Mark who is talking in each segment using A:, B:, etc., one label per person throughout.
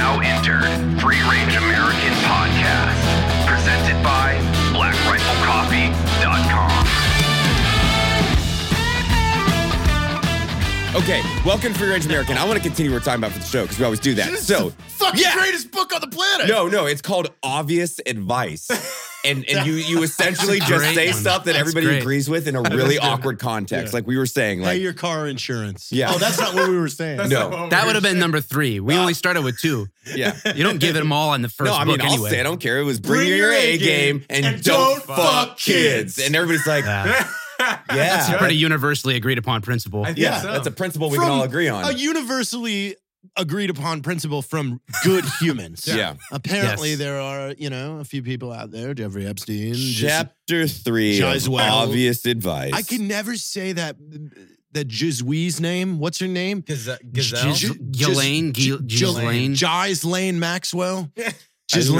A: Unfiltered Free Range American Podcast, presented by BlackRifleCoffee.com.
B: Okay, welcome to Free Range American. I want to continue what we're talking about for the show because we always do that.
C: This
B: so,
C: is the fucking
B: yeah.
C: greatest book on the planet.
B: no, no, it's called obvious advice, and and you you essentially
D: That's a
B: just
D: great
B: say
D: one.
B: stuff that
D: That's
B: everybody
D: great.
B: agrees with in a really awkward context, like we were saying,
E: Pay
B: like
E: your car insurance.
B: Yeah.
E: Oh, that's not what we were saying.
B: no,
D: That would have been number three. We only started with two.
B: yeah.
D: You don't give them all on the first
B: No, I mean,
D: book
B: I'll
D: anyway.
B: say I don't care. It was bring, your A game and, don't, fuck kids. And everybody's like,
D: Yeah.
B: yeah,
D: It's a pretty universally agreed upon principle.
B: yeah, that's a principle we can
E: From
B: all agree on.
E: A universally agreed upon principle from good humans.
B: Yeah. Yeah.
E: Apparently,
D: Yes.
E: there are, you know, a few people out there, Jeffrey Epstein. Jesse-
B: Chapter three, of
E: Jizwell.
B: obvious advice.
E: I can never say that that Jizwee's name. What's her name?
C: Gazelle.
D: G-
E: J-
D: Ghislaine,
E: J-
D: Ghi-
E: J-
D: Ghislaine.
E: Jiz Lane Maxwell.
B: I don't know who that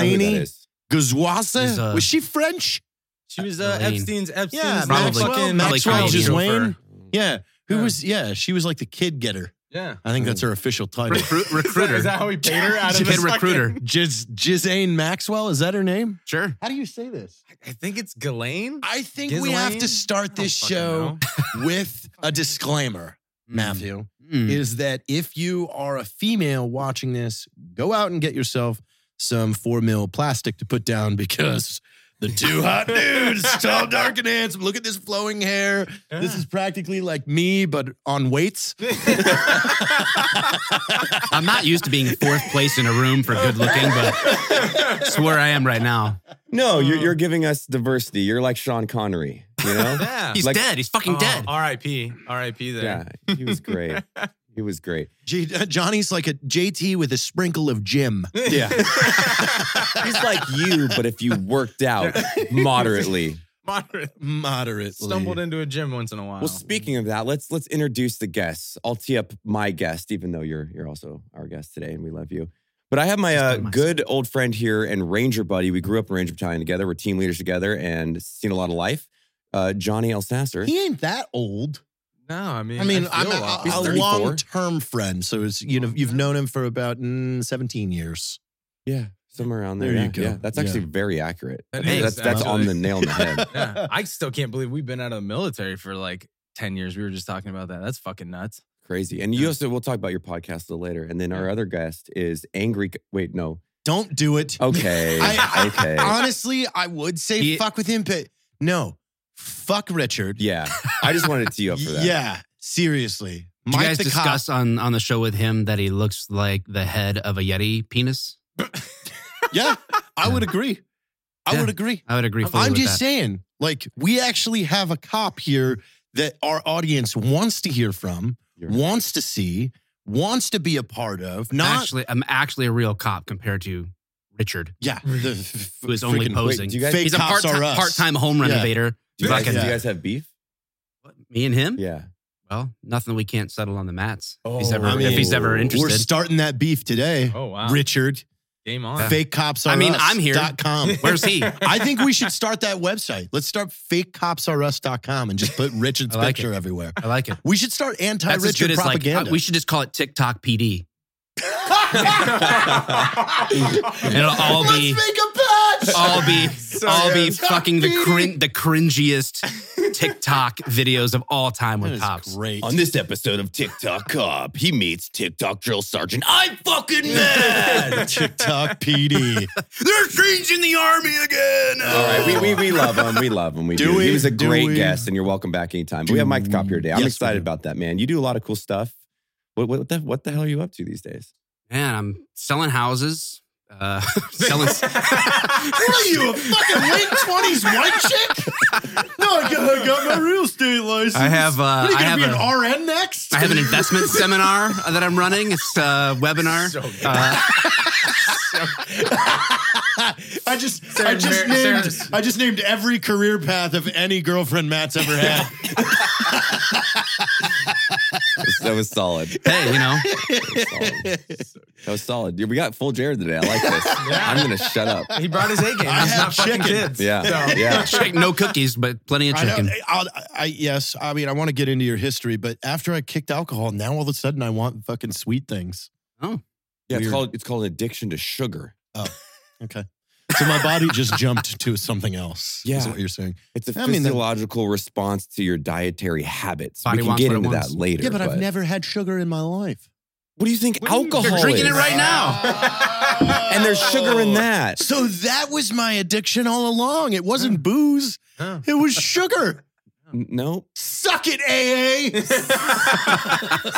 E: Ghislaine
B: is.
E: Gazwasa.
D: She's, uh,
E: was she French?
C: She was uh,
D: Elaine.
C: Epstein's Epstein's
E: Yeah,
D: Probably-
C: fucking
D: probably
E: Maxwell
D: Canadian.
E: Ghislaine. Yeah. Who
C: Yeah.
E: was, yeah, she was like the kid getter.
C: Yeah.
E: I think that's her official title.
D: Recruit,
C: Is that,
D: recruiter.
C: is that how he paid her out of
D: Kid
C: the
D: recruiter.
E: Jiz Jizane Maxwell, is that her name?
D: Sure.
E: How do you say this?
C: I think it's Ghislaine.
E: I think we have to
C: Ghislaine?
E: start this
C: I don't Hmm.
E: show with a disclaimer, Matthew,
D: Mm.
E: is that if you are a female watching this, go out and get yourself some four mil plastic to put down because the two hot dudes, tall, dark, and handsome. Look at this flowing hair. This is practically like me, but on weights.
D: I'm not used to being fourth place in a room for good looking, but it's where I am right now.
B: No, you're, you're giving us diversity. You're like Sean Connery, you know?
C: Yeah.
D: He's
B: Like-
D: dead. He's fucking
C: Oh,
D: dead.
C: R.I.P. R.I.P. There.
B: yeah, he was great. He was great.
E: J- Johnny's like a JT with a sprinkle of Jim.
B: Yeah. He's like you, but if you worked out moderately.
C: Moderate.
E: Moderately.
C: Stumbled into a gym once in a while.
B: Well, speaking of that, let's let's introduce the guests. I'll tee up my guest, even though you're you're also our guest today, and we love you. But I have my
D: Just
B: uh,
D: on my
B: good old friend here and Ranger buddy. We grew up in Ranger Battalion together. We're team leaders together and seen a lot of life. Uh, Johnny L. Sasser.
E: He ain't that old.
C: no, I mean,
E: I mean, I'm
C: feel
E: a,
B: He's
E: a
B: 34.
E: long-term friend, so it's you know you've known him for about mm, 17 years.
B: yeah, somewhere around there.
E: There you
B: yeah,
E: go.
B: yeah. that's
E: Yeah.
B: actually very accurate.
C: That
B: That's-
C: is,
B: that's that's on the
C: absolutely.
B: nail on the head.
C: yeah. I still can't believe we've been out of the military for like 10 years. We were just talking about that. That's fucking nuts.
B: Crazy. And you
C: Yeah.
B: also, we'll talk about your podcast a little later. And then our
C: Yeah.
B: other guest is Angry. C- Wait, no.
E: Don't do it.
B: Okay.
E: I- I-
B: okay.
E: Honestly, I would say
D: He-
E: fuck with him, but no, fuck Richard.
B: yeah. I just wanted to tee you up for that.
E: Yeah, seriously.
D: Did you guys discuss on, on the show with him that he looks like the head of a Yeti penis?
E: cop. Yeah, I would agree. I
D: Yeah.
E: would agree.
D: I would agree fully
E: I'm
D: with
E: just
D: that.
E: saying, like, we actually have a cop here that our audience wants to hear from,
B: You're-
E: wants to see, wants to be a part of. Not
D: actually, I'm actually a real cop compared to Richard,
E: yeah, the f-
D: who is only
E: freaking-
D: posing.
B: do you guys-
E: fake
D: He's a
E: cops
D: part-time,
E: are us.
D: part-time home
E: Yeah.
D: renovator.
B: Do you, guys,
D: Fucking-
B: do you guys have beef?
D: What, Me and him?
B: Yeah.
D: Well, nothing we can't settle on the mats. if he's
B: Oh,
D: ever,
B: I
D: if he's ever
B: mean,
E: We're
D: interested.
E: starting that beef today,
C: Oh, wow.
E: Richard.
C: Game on.
E: Fake cops are
D: I mean,
E: us
D: I'm here.
E: Dot com.
D: Where's he?
E: I think we should start that website. Let's start fakecopsrus.com and just put Richard's
D: I like
E: picture everywhere.
D: I like it.
E: We should start
D: That's as good
E: anti-Richard
D: as like.
E: propaganda.
D: uh, we should just call it TikTok PD. It'll all be all be all be fucking the crin- the cringiest TikTok videos of all time
E: That
D: with
E: is
D: cops.
E: great.
B: On this episode of TikTok Cop, he meets TikTok Drill Sergeant. I'm fucking mad.
E: TikTok PD.
D: They're changing the army again.
B: All right, we, we, we love him. We love him. We do.
E: Dewey,
B: He was a great
E: Dewey.
B: guest, and you're welcome back anytime. But we have Mike the Cop here today. I'm
E: Yes, we
B: excited
E: do.
B: about that, man. You do a lot of cool stuff. What, what, the, what the hell are you up to these days?
D: Man, I'm selling houses. Uh, selling.
E: What are you, a fucking late 20s white chick? No, I got, I got my real estate license.
D: I have. Uh,
E: What, are you going
D: I
E: to
D: have
E: be
D: a-
E: an RN next?
D: I have an investment seminar that I'm running. It's a webinar.
C: So good.
D: Uh,
E: I just,
C: Sarah
E: I just
C: Mar- Sarah-
E: named, I just named every career path of any girlfriend Matt's ever had.
B: That was solid.
D: hey, you know,
B: That was solid. Dude, we got full Jared today. I like this. I'm gonna shut up.
C: he brought his A game.
E: I
C: He's
E: have
C: not fucking
E: chicken.
C: kids.
B: Yeah, yeah.
D: chick- no cookies, but plenty of
E: I, know,
D: chicken.
E: I'll, I yes, I mean I want to get into your history, but after I kicked alcohol, now all of a sudden I want fucking sweet things.
D: Oh.
B: Yeah, it's
E: weird-
B: called it's called an addiction to sugar.
E: Okay. So my body just jumped to something else. Is
B: Yeah.
E: what you're saying.
B: It's a
E: I mean, that-
B: physiological response to your dietary habits.
D: Body
B: we can
D: wants
B: get
D: what it
B: into that
D: wants.
B: later.
E: Yeah, but I've never had sugar in my life.
B: What do you think
C: What do you-
B: alcohol?
D: They're drinking it
B: is?
D: right now.
B: and there's sugar in that.
E: So that was my addiction all along. It wasn't booze.
C: Huh.
E: It was sugar.
B: N- No,
E: Suck it, AA.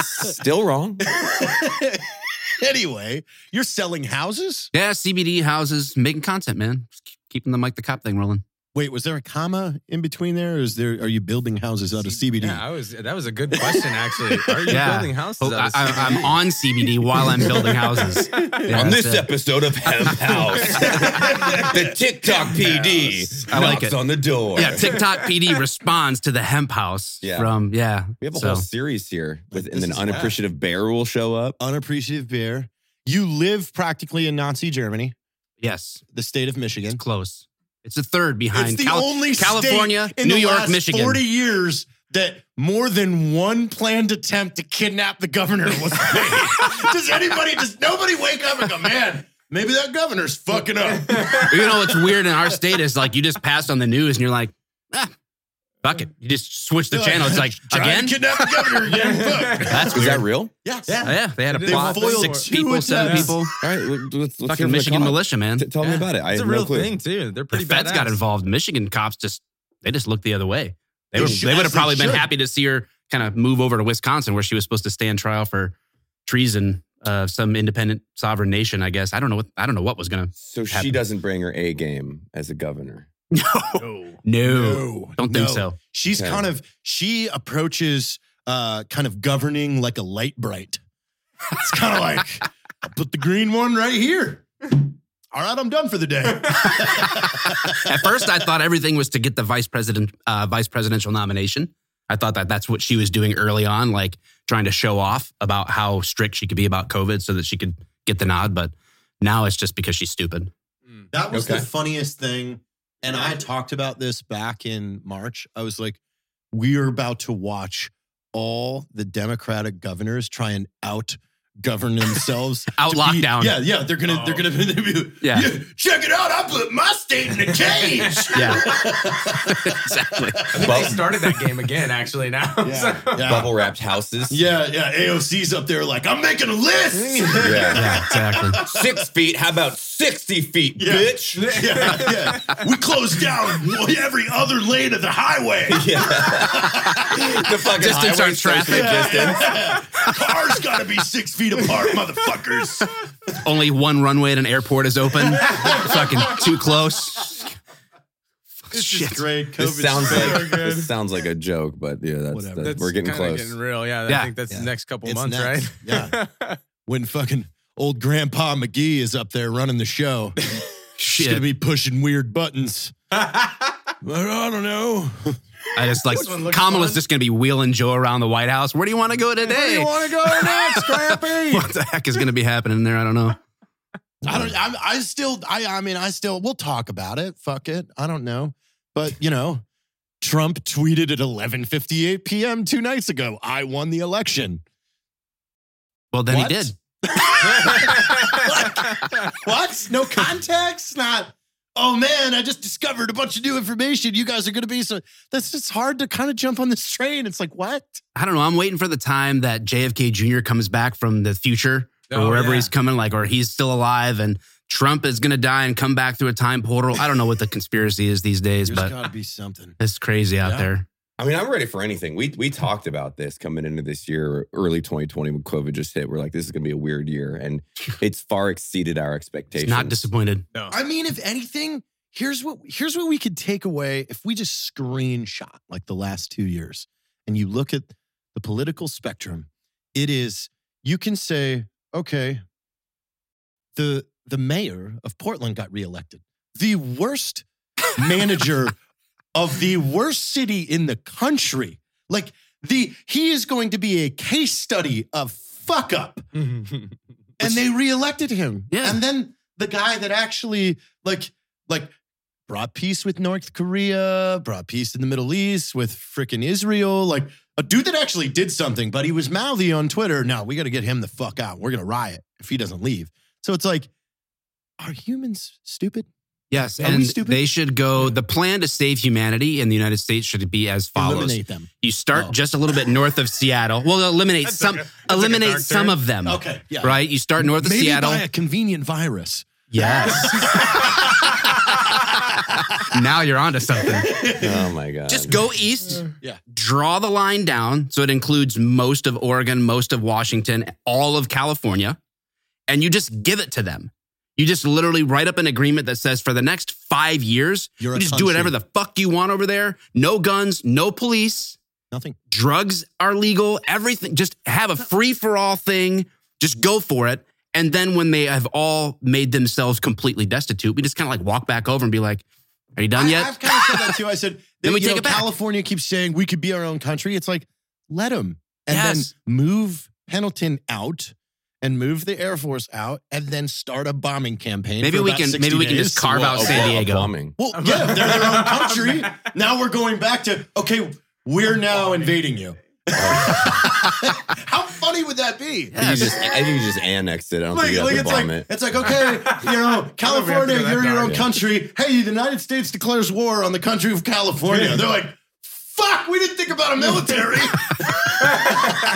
B: still wrong.
E: anyway, you're selling houses.
D: Yeah, CBD houses making content, man. Just keep- keeping the Mike the Cop thing rolling.
E: Wait, was there a comma in between there? Or is there? Are you building houses out of CBD?
C: Yeah, I was. That was a good question, actually. Are you
D: Yeah.
C: building houses?
D: Oh, I,
C: out of
D: I, am on CBD while I'm building houses. Yeah,
B: On
D: that's
B: this
D: it.
B: episode of Hemp House, the TikTok PD
D: I like
B: knocks
D: it.
B: on the door.
D: Yeah, TikTok PD responds to the hemp house
B: Yeah.
D: from yeah.
B: we have a
D: so,
B: whole series here, with,
E: This
B: and an
E: is bad.
B: unappreciative bear will show up.
E: Unappreciative beer. You live practically in Nazi Germany,
D: yes,
E: the state of Michigan.
D: it's close. It's the third behind
E: It's the
D: Cal-
E: only
D: California,
E: state in
D: New
E: the
D: York,
E: last
D: Michigan.
E: Forty years that more than one planned attempt to kidnap the governor was made. does anybody? Does nobody wake up and go, man? Maybe that governor's fucking up.
D: you know what's weird in our state is like you just passed on the news and you're like, ah, fuck it. You just switch the channel. It's like
E: Trying
D: again.
E: to kidnap the governor again. Fuck.
D: That's
B: Is
D: weird.
B: that real?
E: Yes.
D: Oh, yeah, they had a
C: They
D: plot.
E: foiled
D: Six
E: two
D: people, seven
E: attempts.
D: people.
B: All right, let's, let's let's give
D: Fucking
B: it a
D: Michigan
B: call.
D: militia, man.
B: T- tell me
C: Yeah.
B: about it. I
C: It's a
B: have
C: real
B: no clue.
C: thing too. They're
D: the
C: pretty.
D: feds got
C: badass.
D: involved. Michigan cops just they just looked the other way. They,
E: They
D: were
E: should-
D: they would
E: as
D: have
E: they
D: probably been
E: should.
D: happy to see her kind of move over to Wisconsin where she was supposed to stand trial for treason of some independent sovereign nation. I guess I don't know what I don't know what was gonna.
B: So she
D: Happy.
B: doesn't bring her A game as a governor.
D: No,
E: No.
D: no, don't think so.
E: She's
B: Okay.
E: kind of she approaches uh kind of governing like a light bright. It's kind of like I'll put the green one right here. All right, I'm done for the day.
D: At first, I thought everything was to get the vice president uh, vice presidential nomination. I thought that that's what she was doing early on, like trying to show off about how strict she could be about COVID, so that she could get the nod. But now it's just because she's stupid.
C: Mm.
E: That was the
B: Okay.
E: funniest thing. And I talked about this back in March. I was like, we are about to watch all the Democratic governors try and out govern themselves.
D: Out
E: to be-
D: lockdown.
E: yeah, yeah. They're gonna they're gonna be
D: Yeah.
E: check it out. I put my state in a cage.
D: Yeah.
E: exactly.
C: I think they started that game again. Actually, now.
E: Yeah.
C: So-
E: Yeah.
B: Bubble wrapped houses.
E: Yeah, yeah. AOC's up there like, I'm making a list.
B: Yeah.
D: Yeah, exactly.
B: Six feet. How about 60 feet,
E: Yeah.
B: bitch?
E: yeah, yeah. We closed down every other lane of the highway.
B: the fucking
D: Distance
B: highway
D: our traffic.
B: social distance.
E: Cars gotta be six feet apart, motherfuckers.
D: Only one runway at an airport is open. Fucking too close.
E: This
D: Shit.
E: is great. COVID
B: This sounds like
C: good.
B: this sounds like a joke, but yeah, that's,
E: Whatever.
B: that-
C: That's
B: we're getting
C: kinda
B: close.
C: Getting real. Yeah,
D: Yeah.
C: I think that's
E: Yeah.
C: the next couple
E: It's
C: months,
E: nuts.
C: right? Yeah.
E: when fucking old Grandpa McGee is up there running the show. She's gonna
D: Shit.
E: be pushing weird buttons. But I don't know.
D: I just like
C: This one looks
D: Kamala's
C: fun.
D: just gonna be wheeling Joe around the White House. Where do you want to go today?
C: want to go next, Grampy?
D: What the heck is gonna be happening there? I don't know.
E: I don't. I'm, I still. I. I mean, I still. We'll talk about it. Fuck it. I don't know. But you know, Trump tweeted at 11:58 p.m. two nights ago. I won the election.
D: Well, then
E: What?
D: he did.
E: What? No context? Not. Oh man, I just discovered a bunch of new information. You guys are going to be so. That's just hard to kind of jump on this train. It's like what?
D: I don't know. I'm waiting for the time that JFK Jr. comes back from the future
C: Oh,
D: or wherever
C: yeah.
D: he's coming, like, or he's still alive and Trump is gonna die and come back through a time portal. I don't know what the conspiracy is these days, but
E: got to be something.
D: it's crazy out
E: Yeah.
D: there.
B: I mean, I'm ready for anything. We we talked about this coming into this year, early 2020 when COVID just hit. We're like, this is gonna be a weird year, and it's far exceeded our expectations.
D: Not disappointed.
C: No.
E: I mean, if anything, here's what here's what we could take away if we just screenshot like the last two years and you look at the political spectrum. It is you can say, okay, the the mayor of Portland got reelected. The worst manager of the worst city in the country. Like the he is going to be a case study of fuck up and they reelected him.
D: Yeah.
E: And then the guy that actually like like brought peace with North Korea, brought peace in the Middle East with frickin' Israel, like a dude that actually did something, but he was mouthy on Twitter. No, we got to get him the fuck out. We're gonna riot. if he doesn't leave. So it's like, are humans stupid?
D: Yes,
E: Are we
D: and
E: stupid?
D: they should go. The plan to save humanity in the United States should be as follows:
E: Eliminate them.
D: you start
E: Oh.
D: just a little bit north of Seattle. Well, eliminate
F: That
D: some,
F: took a- that took a
D: eliminate
F: dark
D: some
F: turn.
D: of them.
E: Okay, yeah.
D: right. You start north of
E: Maybe
D: Seattle.
E: by a convenient virus.
D: yes. now you're onto something.
B: Oh my god.
D: Just go east.
E: Yeah.
D: Draw the line down so it includes most of Oregon, most of Washington, all of California, and you just give it to them. You just literally write up an agreement that says for the next five years,
E: You're
D: you
E: a
D: just do whatever
E: country.
D: the fuck you want over there. No guns, no police,
E: Nothing.
D: drugs are legal, everything. Just have a free for all thing. Just go for it. And then when they have all made themselves completely destitute, we just kind of like walk back over and be like, "Are you done
E: I,
D: yet?"
E: I've kind of said that too. I said,
D: Then we
E: you
D: take
E: know,
D: it back.
E: California keeps saying we could be our own country. It's like, let them. And
D: Yes.
E: then move Pendleton out and move the Air Force out and then start a bombing campaign.
D: Maybe
E: for
D: we
E: about
D: can-
E: 60
D: maybe we can
E: days.
D: just carve
B: Well,
D: out
E: oh,
B: a-
D: San
B: a
D: Diego.
B: bombing.
E: Well, yeah, they're their own country. now we're going back to, okay, we're now invading you. How funny would that be?
B: I think you just, I think you just annexed it. I don't
E: Like,
B: think you have
E: like
B: to
E: it's
B: bomb
E: like
B: it.
E: it's like okay, you know, California,
F: that
E: you're your
F: dark.
E: own country. Hey, the United States declares war on the country of California. They're like, fuck, we didn't think about a military.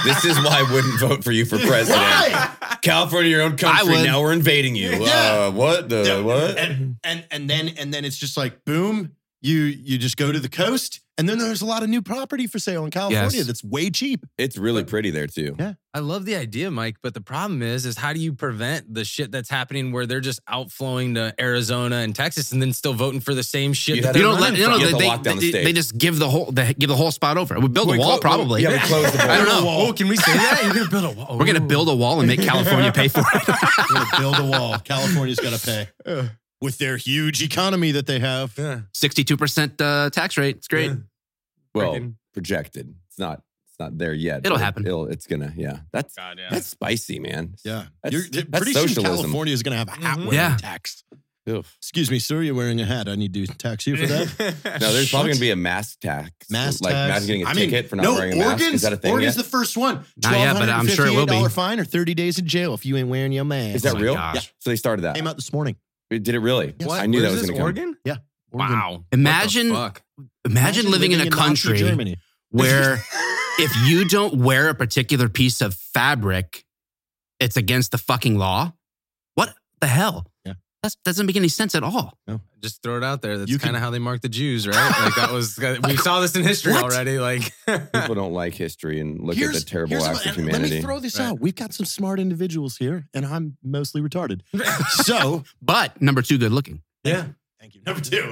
B: This is why I wouldn't vote for you for president.
E: Why?
B: California, your own
D: I
B: country.
D: would.
B: Now we're invading you.
E: Yeah.
B: Uh, what the
E: Yeah.
B: what?
E: And, and and then and then it's just like boom, you you just go to the coast, and then there's a lot of new property for sale in California
D: Yes.
E: that's way cheap.
B: It's really pretty there too.
C: I love the idea, Mike, but the problem is, is how do you prevent the shit that's happening where they're just outflowing to Arizona and Texas and then still voting for the same shit?
B: You
C: that
B: have
C: they're
D: you don't let
C: running
D: you know
B: from.
D: they,
B: You have to lock
D: they-
B: down the
D: they-
B: state.
D: they just give the whole they give the whole spot over. We build a
B: We
D: wall
B: clo-
D: probably.
B: Yeah, we close the border.
D: I don't know.
C: Oh, can we say that? You're gonna build a oh, wall.
D: We're gonna build a wall and make California pay for it.
E: We're gonna build a wall. California's got to pay with their huge economy that they have.
D: Sixty-two percent uh, tax rate. It's great.
B: Well,
C: Freaking-
B: projected. It's not. It's not there yet.
D: It'll
B: but
D: happen.
B: It'll. It's gonna. Yeah. That's
C: God, yeah.
B: that's spicy, man.
E: Yeah,
B: That's-
E: You're, th-
B: that's
E: pretty soon
B: socialism.
E: California is going to have a hat
C: Mhm.
E: wearing
D: Yeah.
E: tax.
B: Oof.
E: Excuse me, sir. You're wearing a hat. I need to tax you for that.
B: No, there's probably gonna
E: Shut-
B: be a mask tax.
E: Mask
B: like
E: tax.
B: imagine getting a
E: I mean,
B: ticket for not
E: no,
B: wearing a mask.
E: Oregon's-
B: Is that a thing?
E: Oregon's
B: yet?
E: the first one.
D: Not yet, but I'm sure it will be.
E: $1,258 fine or 30 days in jail if you ain't wearing your mask.
B: Is that
D: my
B: real?
D: gosh.
B: Yeah. So they started that.
E: Came out this morning.
B: It did it really?
E: Yes.
B: I knew that
C: Where's
B: was
C: this
B: gonna come.
C: Oregon?
E: Oregon.
C: Wow. What the
D: Imagine-
C: fuck?
D: Imagine, living, in a
E: Nazi
D: country
E: Germany.
D: where if you don't wear a particular piece of fabric, it's against the fucking law. What the hell?
E: Yeah.
D: That doesn't make any sense at all.
C: Just throw it out there. That's
E: You
C: kind of how they marked the Jews, right? Like that was we saw this in history
D: what?
C: already. Like
B: People don't like history and look
E: Here's-
B: at the terrible
E: here's
B: acts
E: a-
B: of humanity.
E: Let me throw this
C: Right.
E: out. We've got some smart individuals here, and I'm mostly retarded. so,
D: But number two, good looking.
E: yeah. Thank you. Number two.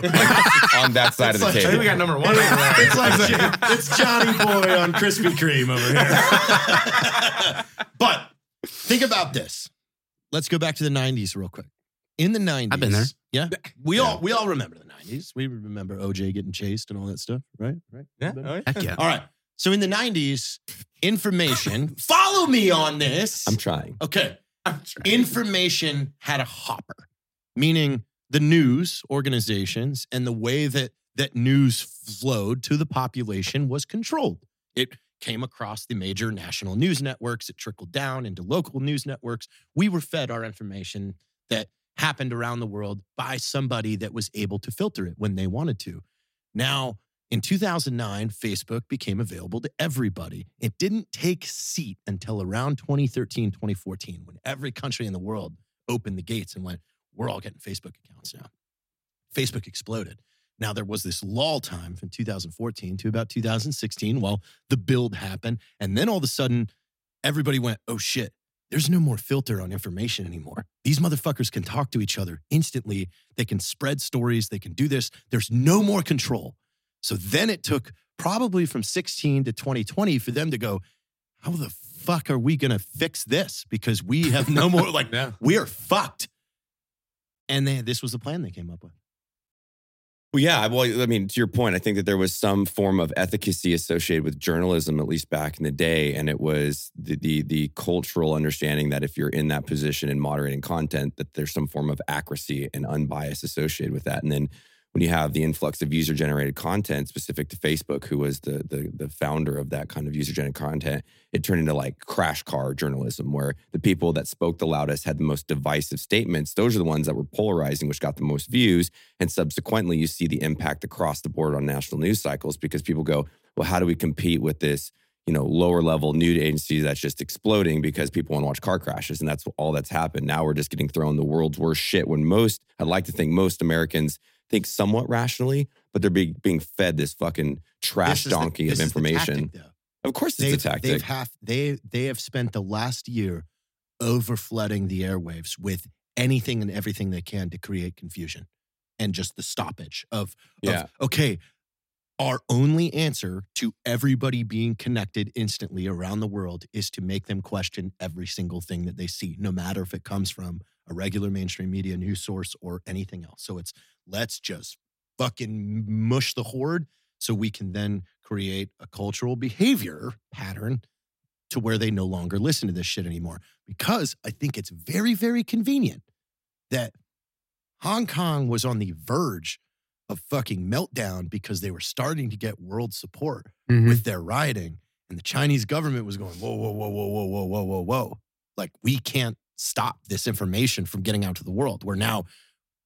B: on that side of the
E: It's like-
B: table.
C: got number one.
E: it's like it's Johnny Boy on Krispy Kreme over here. but think about this. Let's go back to the '90s real quick. In the '90s,
D: I've been there.
E: Yeah, we
B: Yeah.
E: all we all remember the '90s. We remember OJ getting chased and all that stuff, right? Right.
D: Heck yeah.
E: All right. So in the '90s, information. follow me on this.
B: I'm trying.
E: Okay. Information had a hopper, meaning the news organizations and the way that that news flowed to the population was controlled. It came across the major national news networks, it trickled down into local news networks. We were fed our information that happened around the world by somebody that was able to filter it when they wanted to. Now, in 2009, Facebook became available to everybody. It didn't take seat until around 2013, 2014, when every country in the world opened the gates and went, we're all getting Facebook accounts now. Facebook exploded. Now, there was this lull time from 2014 to about 2016 while the build happened. And then all of a sudden, everybody went, oh shit, there's no more filter on information anymore. These motherfuckers can talk to each other instantly. They can spread stories. They can do this. There's no more control. So then it took probably from 16 to 2020 for them to go, how the fuck are we going to fix this? Because we have no more, like,
C: Yeah.
E: we are fucked. And they, this was the plan they came up with.
B: Well, yeah. Well, I mean, to your point, I think that there was some form of efficacy associated with journalism, at least back in the day, and it was the the, the cultural understanding that if you're in that position in moderating content, that there's some form of accuracy and unbias associated with that, and then. when you have the influx of user generated content specific to Facebook, who was the, the the founder of that kind of user generated content, it turned into like crash car journalism, where the people that spoke the loudest had the most divisive statements. Those are the ones that were polarizing, which got the most views. And subsequently, you see the impact across the board on national news cycles because people go, well, how do we compete with this? You know, lower level news agency that's just exploding because people want to watch car crashes. And that's all that's happened. Now we're just getting thrown the world's worst shit when most, I'd like to think most Americans think somewhat rationally, but they're being, being fed this fucking trash
E: This is the-
B: donkey of
E: this is the
B: information.
E: tactic, though.
B: of course,
E: they've,
B: it's a tactic.
E: They've have, they they have spent the last year over flooding the airwaves with anything and everything they can to create confusion and just the stoppage of, of,
B: Yeah.
E: okay our only answer to everybody being connected instantly around the world is to make them question every single thing that they see no matter if it comes from a regular mainstream media news source or anything else so it's let's just fucking mush the horde so we can then create a cultural behavior pattern to where they no longer listen to this shit anymore because i think it's very very convenient that hong kong was on the verge of fucking meltdown because they were starting to get world support
C: Hmm.
D: Mm-hmm.
E: with their rioting and the chinese government was going whoa whoa whoa whoa whoa whoa whoa whoa whoa like we can't stop this information from getting out to the world we're now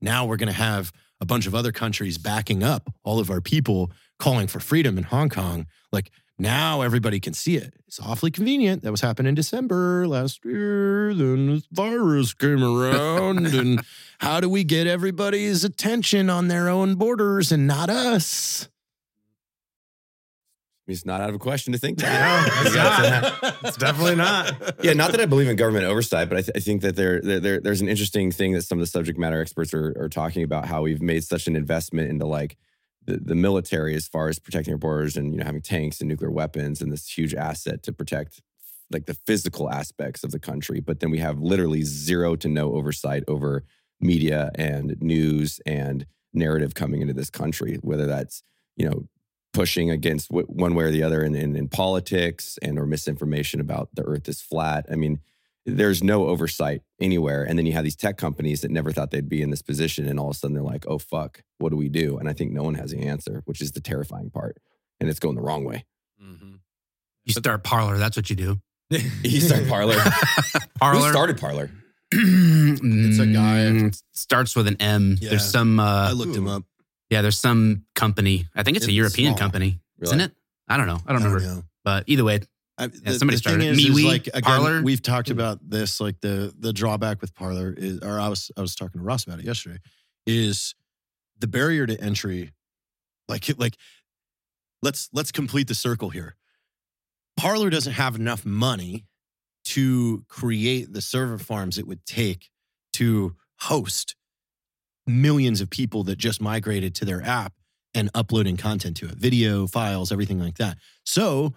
E: now we're going to have a bunch of other countries backing up all of our people calling for freedom in Hong Kong. Like now everybody can see it. It's awfully convenient. That was happening in December last year. Then this virus came around. and how do we get everybody's attention on their own borders and not us?
B: it's not out of a question to think that.
C: No, it's not.
G: it's
C: definitely not.
B: yeah, not that I believe in government oversight, but I, th- I think that there, there, there- there's an interesting thing that some of the subject matter experts are, are talking about how we've made such an investment into like the, the military as far as protecting our borders and you know having tanks and nuclear weapons and this huge asset to protect like the physical aspects of the country, but then we have literally zero to no oversight over media and news and narrative coming into this country, whether that's you know pushing against w- one way or the other in, in, in politics and or misinformation about the earth is flat i mean there's no oversight anywhere and then you have these tech companies that never thought they'd be in this position and all of a sudden they're like oh fuck what do we do and i think no one has the answer which is the terrifying part and it's going the wrong way
C: Mhm.
D: You start parlor. That's what you do.
B: you start parlor who
D: Parlor.
B: started parlor
D: it's
G: a guy-
D: Mm, Starts with an M.
G: Yeah.
D: There's some.
G: I
D: Uh,
G: looked him up.
D: yeah, there's some company. I think it's, a
G: It's
D: European
G: small.
D: company,
B: Really?
D: isn't it? I don't know. I don't remember.
G: know.
D: But either way,
G: I,
D: Yeah, somebody started it. MeWe,
G: like again,
D: Parler. Hmm.
G: we've talked about this. Like the the drawback with Parlor is, or I was I was talking to Ross about it yesterday, is the barrier to entry. Like like, let's let's complete the circle here. Parlor doesn't have enough money to create the server farms it would take to host millions of people that just migrated to their app and uploading content to it, video files, everything like that. So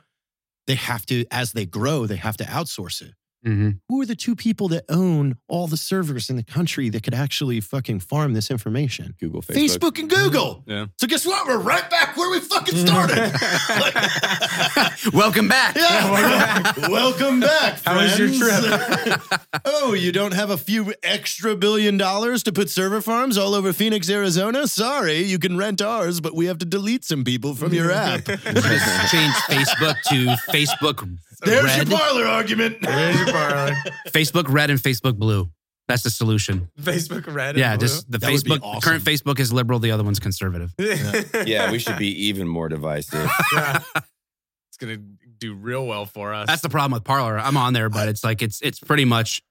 G: they have to, as they grow, they have to outsource it. Who are the two people that own all the servers in the country that could actually fucking farm this information?
B: google facebook,
G: Facebook, and Google.
C: Yeah.
G: So guess what? We're right back where we fucking started. Like-
D: welcome back.
G: yeah, welcome back.
C: How was your
G: trip? oh, you don't have a few extra billion dollars to put server farms all over Phoenix, Arizona? Sorry, you can rent ours, but we have to delete some people from your app.
D: Just change Facebook to Facebook
G: There's
D: Red,
G: your parlor argument.
C: There's your parlor.
D: Facebook Red, and Facebook Blue. That's the solution.
C: Facebook Red. and
D: Yeah,
C: blue.
D: just the
G: That would be
D: Facebook the
G: awesome.
D: current Facebook is liberal, the other one's conservative.
B: yeah we should be even more divisive
C: Yeah. It's gonna do real well for us.
D: That's the problem with Parlor. I'm on there, but it's like it's it's pretty much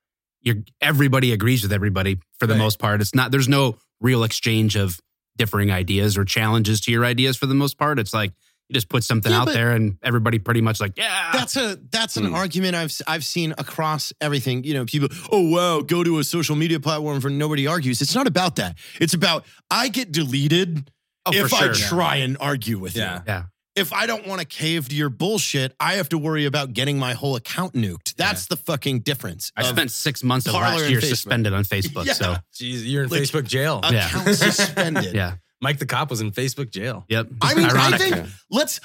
D: you're everybody agrees with everybody for the
C: Right.
D: most part. It's not there's no real exchange of differing ideas or challenges to your ideas for the most part. It's like you just put something
G: Yeah,
D: out
G: but-
D: there and everybody pretty much like, yeah.
G: That's a that's an
B: Hmm.
G: argument I've I've seen across everything. You know, people, oh wow, go to a social media platform for nobody argues. It's not about that. It's about I get deleted
D: oh,
G: if
D: for sure.
G: I try and argue with
C: Yeah.
G: you.
D: Yeah.
G: If I don't want to cave to your bullshit, I have to worry about getting my whole account nuked. That's the fucking difference.
D: I
G: of
D: spent six months of
G: Parler
D: last
G: and
D: year
G: Facebook.
D: suspended on Facebook.
G: Yeah.
D: So
C: Jeez, you're in
G: Like-
C: Facebook jail.
D: yeah.
G: account suspended.
D: yeah.
C: Mike the cop was in Facebook jail.
D: Yep.
G: I mean, I
D: Ironic.
G: think
B: Yeah.
G: let's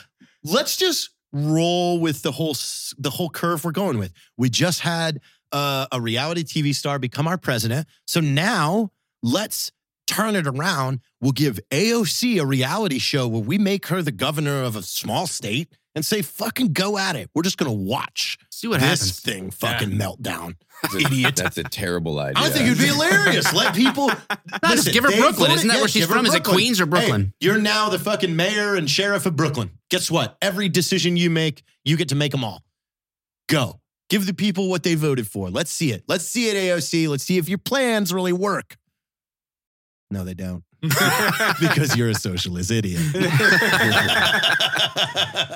G: let's just roll with the whole s- the whole curve we're going with. We just had uh, a reality TV star become our president, so now let's
E: turn it around. We'll give AOC a reality show where we make her the governor of a small state and say, fucking go at it. We're just going to watch
D: See what
E: this
D: happens.
E: thing fucking melt down.
B: Idiot. That's a terrible idea.
E: I think it'd be hilarious. Let people.
D: just
E: Listen,
D: give her
E: they
D: Brooklyn.
E: voted-
D: Isn't that
E: yeah,
D: where she's
E: give her
D: from? Is it
E: Brooklyn.
D: Queens or Brooklyn?
E: Hey, you're now the fucking mayor and sheriff of Brooklyn. Guess what? Every decision you make, you get to make them all. Go. Give the people what they voted for. Let's see it. Let's see it, AOC. Let's see if your plans really work. No, they don't. because you're a socialist idiot.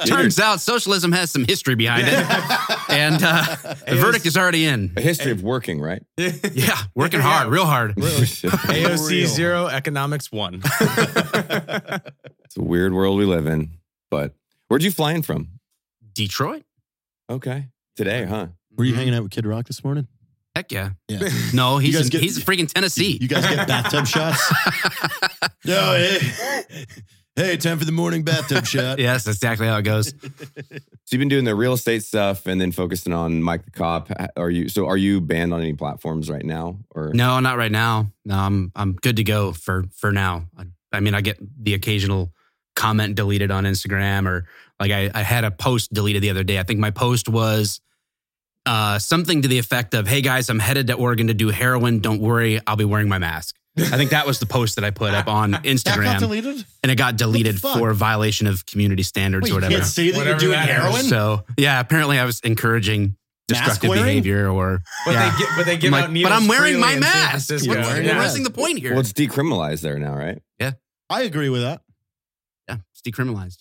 D: Turns out socialism has some history behind it, and uh, the verdict is already in.
B: a history of working, right?
D: Yeah, working hard, real hard.
B: it's a
C: AOC
E: Real.
C: zero, economics one.
B: weird world we live in. But where'd you flying from?
D: Detroit?
B: Okay. Today, huh?
E: Were you hanging out with Kid Rock this morning?
D: Heck yeah.
E: Yeah.
D: No, he's
E: guys
D: in,
E: get-
D: he's in freaking Tennessee.
E: You guys get bathtub shots? no, hey. Hey, time for the morning bathtub shot.
D: yes, that's exactly how it goes.
B: So you've been doing the real estate stuff and then focusing on Mike the Cop. Are you so are you banned on any platforms right now? Or
D: No, not right now. No, I'm I'm good to go for for now. I, I mean, I get the occasional comment deleted on Instagram or like I, I had a post deleted the other day. I think my post was uh, something to the effect of, "Hey guys, I'm headed to Oregon to do heroin. Don't worry, I'll be wearing my mask." I think that was the post that I put up on
E: That got
D: Instagram,
E: deleted?
D: and it got deleted
E: fuck?
D: for violation of community standards
E: Wait,
D: or
E: you
D: whatever.
E: can't say that
C: Whatever
E: you're doing
C: that is.
E: heroin?
D: So yeah, apparently I was encouraging
E: Mask
D: destructive
E: wearing?
D: behavior or
C: But
D: yeah.
C: they get, but they
D: I'm
C: give out
D: like,
C: needles.
D: but I'm wearing
C: freely
D: my
C: in San
D: mask. What's,
C: Francisco.
E: Yeah.
D: what's
E: Yeah.
D: the point here?
B: well, it's decriminalized there now, right?
E: I agree with that.
D: yeah, it's decriminalized.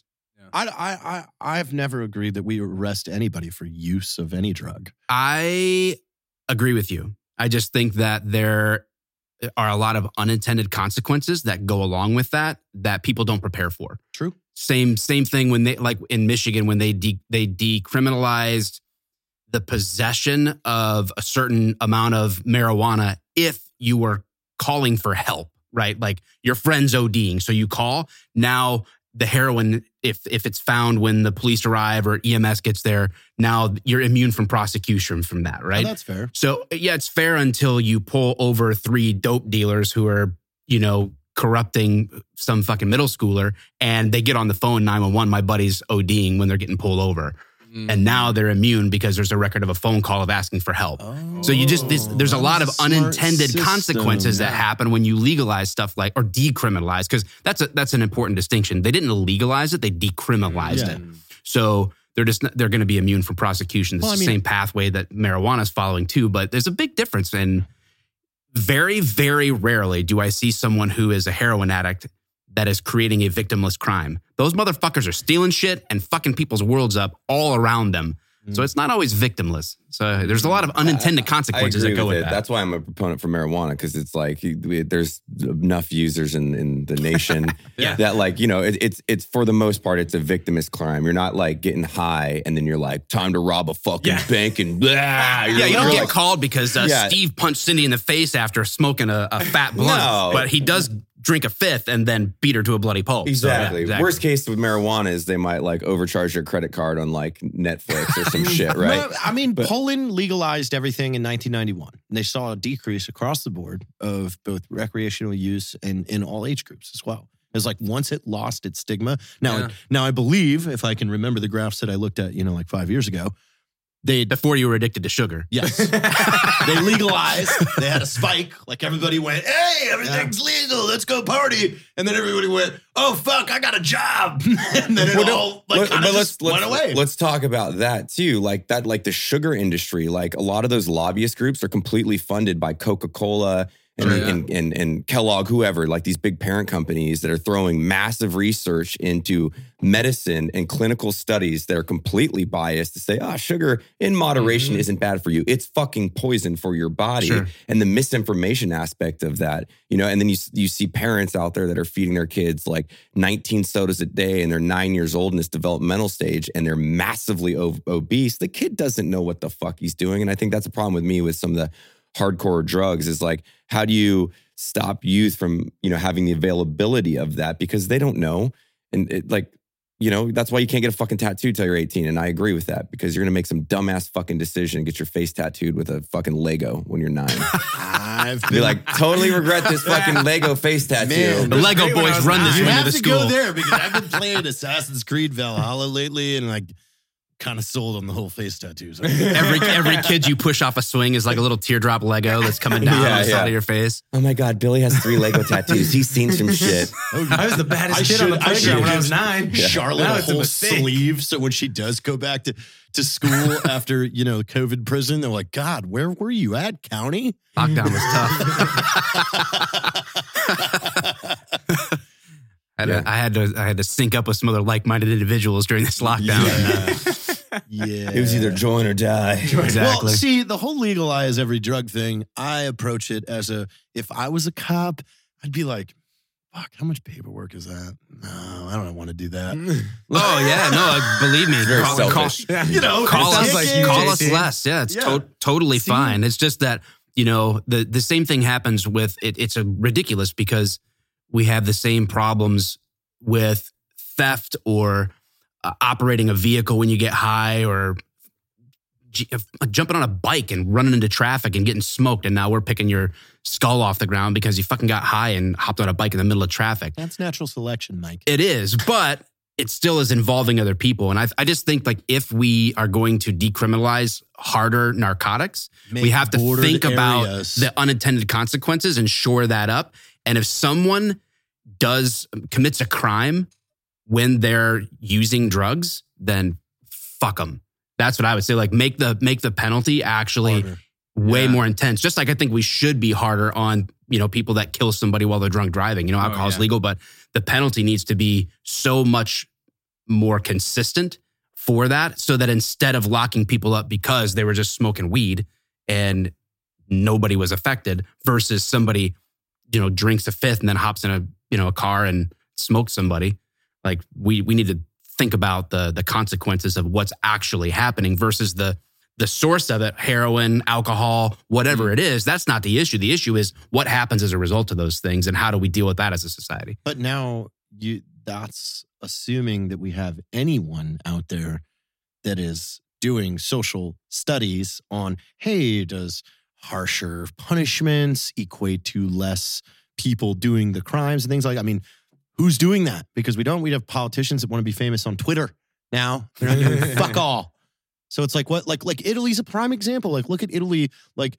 E: I, I, I, I've never agreed that we arrest anybody for use of any drug. Oh,
D: I agree with you. I just think that there are a lot of unintended consequences that go along with that that people don't prepare for.
E: True.
D: Same same thing when they like in Michigan when they de- they decriminalized the possession of a certain amount of marijuana if you were calling for help, right? Like your friend's ODing, so you call. Now the heroin if if it's found when the police arrive or EMS gets there, now you're immune from prosecution from that,
E: Now,
D: right?
E: that's fair.
D: So yeah, it's fair until you pull over three dope dealers who are, you know, corrupting some fucking middle schooler and they get on the phone 911, my buddy's ODing when they're getting pulled over.
C: Mm.
E: Mm-hmm.
D: And now they're immune because there's a record of a phone call of asking for help.
C: Oh.
D: So you just
E: Oh,
D: this, there's a lot of
E: That's smart
D: unintended
E: system.
D: consequences that happen when you legalize stuff like or decriminalize because that's a, that's an important distinction. They didn't legalize it; they decriminalized
E: Yeah.
D: it.
C: Mm.
D: So they're just not- they're going to be immune from prosecution. It's
E: Well, I
D: the
E: mean-
D: same pathway that marijuana is following too, but there's a big difference. And very very rarely do I see someone who is a heroin addict that is creating a victimless crime. Those motherfuckers are stealing shit and fucking people's worlds up all around them. So it's not always victimless. So there's a lot of unintended
B: Mm. I
D: consequences
B: agree
D: that go
B: with it.
D: with that.
B: That's why I'm a proponent for marijuana because it's like you- we- there's enough users in, in the nation
C: Yeah.
B: that like you know it, it's it's for the most part it's a victimless crime. You're not like getting high and then you're like time to rob a fucking
C: Yeah.
B: bank and blah.
D: yeah, you don't
B: you're
D: get
B: like,
D: called because uh,
B: Yeah.
D: Steve punched Cindy in the face after smoking a, a fat blunt,
B: No.
D: but he does drink a fifth and then beat her to a bloody pulp. So, yeah,
B: Exactly. Worst case with marijuana is they might like overcharge your credit card on like Netflix or some shit, right?
E: Well, I mean,
B: But-
E: Poland legalized everything in 1991. And they saw a decrease across the board of both recreational use and in all age groups as well. It was like once it lost its stigma. Now,
C: Yeah.
E: now I believe, if I can remember the graphs that I looked at, you know, like five years ago, they
D: Before you were addicted to sugar.
E: Yes. they legalized. They had a spike. Like everybody went, hey, everything's legal. Let's go party. And then everybody went, oh, fuck, I got a job. and then it
B: Well, no,
E: all like,
B: Let-
E: kind
B: but
E: of just
B: let's,
E: went away.
B: Let's talk about that too. Like that, like the sugar industry, like a lot of those lobbyist groups are completely funded by Coca-Cola and,
C: Oh, yeah.
B: and, and, and Kellogg, whoever, like these big parent companies that are throwing massive research into medicine and clinical studies that are completely biased to say, ah, sugar in moderation
C: Mhm.
B: isn't bad for you. It's fucking poison for your body.
D: Sure.
B: And the misinformation aspect of that, you know, and then you, s- you see parents out there that are feeding their kids like 19 sodas a day and they're nine years old in this developmental stage and they're massively o- obese. The kid doesn't know what the fuck he's doing. And I think that's a problem with me with some of the hardcore drugs is like, how do you stop youth from, you know, having the availability of that because they don't know. And it, like, you know, that's why you can't get a fucking tattoo till you're 18. And I agree with that because you're gonna make some dumbass fucking decision and get your face tattooed with a fucking Lego when you're nine.
E: I I've
B: Be
E: been
B: like, totally regret this fucking Lego face tattoo.
E: Man.
D: The Lego boys run this
E: you
D: one
E: have
D: into
E: to
D: school.
E: go there because I've been playing Assassin's Creed Valhalla lately, and like kind of sold on the whole face tattoos.
D: Every every kid you push off a swing is like a little teardrop Lego that's coming down
B: Yeah,
D: on the
B: yeah.
D: side of your face.
B: Oh my god, Billy has three Lego tattoos. He's seen some shit.
C: I was the baddest kid on the playground when I was nine.
E: "Oh, Charlotte
C: Now
E: a
C: it's a
E: whole
C: mistake.
E: sleeve, so when she does go back to to school after you know COVID prison, they're like, God, where were you at, county?
D: Lockdown was tough. I had,
B: Yeah.
D: to, I had to I had to sync up with some other like minded individuals during this lockdown.
E: Yeah. yeah.
B: It was either join or die.
D: Exactly.
E: Well, see, the whole legalize every drug thing, I approach it as a if I was a cop, I'd be like, fuck, how much paperwork is that? No, I don't want to do that.
D: Oh yeah, no, uh, believe me.
B: very
D: Call- call-
B: selfish.
E: You know,
C: Oh,
D: call
E: it's
D: us
E: like
D: like
E: you,
D: call us
E: JC.
D: less. Yeah, it's
E: Yeah.
D: to- totally fine. It's just that you know the the same thing happens with it. It's a ridiculous because we have the same problems with theft or uh, operating a vehicle when you get high or j- uh, jumping on a bike and running into traffic and getting smoked and now we're picking your skull off the ground because you fucking got high and hopped on a bike in the middle of traffic
E: That's natural selection, Mike.
D: it is, but it still is involving other people. And I, I just think like if we are going to decriminalize harder narcotics, we
E: Make
D: have to
E: bordered
D: think about
E: areas.
D: the unintended consequences and shore that up. And if someone does commits a crime when they're using drugs, then fuck them. That's what I would say. Like make the make the penalty actually
E: Harder.
D: way
C: Yeah.
D: more intense. Just like I think we should be harder on you know people that kill somebody while they're drunk driving. You know,
C: Oh,
D: alcohol's
C: yeah.
D: legal, but the penalty needs to be so much more consistent for that, so that instead of locking people up because they were just smoking weed and nobody was affected, versus somebody you know drinks a fifth and then hops in a you know a car and smokes somebody. Like we we need to think about the the consequences of what's actually happening versus the the source of it heroin alcohol
E: Mm-hmm.
D: whatever it is that's not the issue the issue is what happens as a result of those things and how do we deal with that as a society
E: But now you that's assuming that we have anyone out there that is doing social studies on hey, does harsher punishments equate to less people doing the crimes and things like I mean, who's doing that? Because we don't we have politicians that want to be famous on Twitter now. They're not doing fuck all. So it's like what like like Italy's a prime example. Like look at Italy like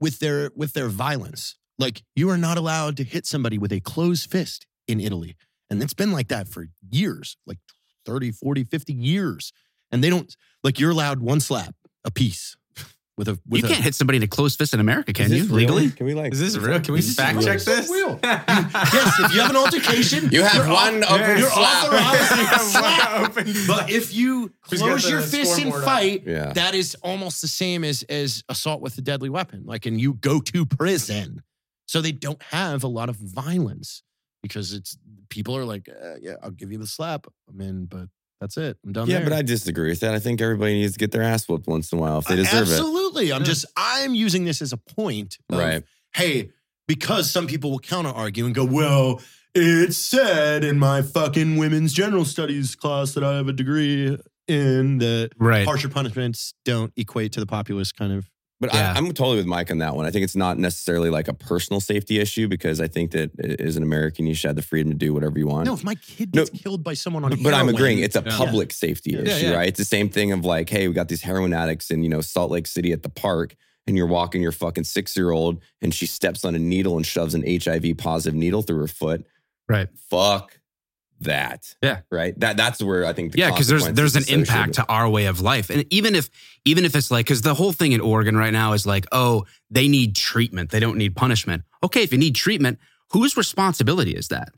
E: with their with their violence. Like you are not allowed to hit somebody with a closed fist in Italy. And it's been like that for years, like 30, 40, 50 years. And they don't like you're allowed one slap a piece with a with
D: you
E: a,
D: can't hit somebody in a closed fist in america can you legally
B: Can we like?
C: Is this real? Can we
E: This is
C: fact
E: real.
C: check this?
E: Real. yes, if you have an altercation,
B: You have
E: you're au-
B: one open
E: you're
B: slap.
E: authorized to slap.
C: But
E: But if you
C: Who's got
E: close
C: the
E: your fist and
C: scoreboard up?
E: fight,
B: Yeah.
E: that is almost the same as as assault with a deadly weapon. Like, and you go to prison, so they don't have a lot of violence because it's people are like, uh, yeah, I'll give you the slap, I'm in, but that's it, I'm done.
B: yeah,
E: there.
B: but I disagree with that. I think everybody needs to get their ass whooped once in a while if they
E: Uh,
B: deserve it.
E: Absolutely, I'm
C: Yeah.
E: just I'm using this as a point. of,
B: Right.
E: hey, because some people will counter argue and go, well, it said in my fucking women's general studies class that I have a degree in that
D: right
E: harsher punishments don't equate to the populace kind of.
B: But
D: Yeah.
B: I, I'm totally with Mike on that one. I think it's not necessarily like a personal safety issue because I think that as an American, you should have the freedom to do whatever you want.
E: No, if my kid
B: No.
E: gets killed by someone on
B: But, but I'm
E: heroin-
B: agreeing. It's a
C: Yeah.
B: public safety
E: Yeah.
B: issue,
C: Yeah, yeah.
B: right? It's the same thing of like, hey, we got these heroin addicts in, you know, Salt Lake City at the park, and you're walking your fucking six year old and she steps on a needle and shoves an HIV positive needle through her foot.
D: right
B: Fuck that.
D: Yeah.
B: Right. That that's where I think the
D: yeah because there's
B: consequences
D: there's an
B: associated
D: impact to our way of life and even if even if it's like because the whole thing in oregon right now is like oh they need treatment they don't need punishment okay if you need treatment whose responsibility is that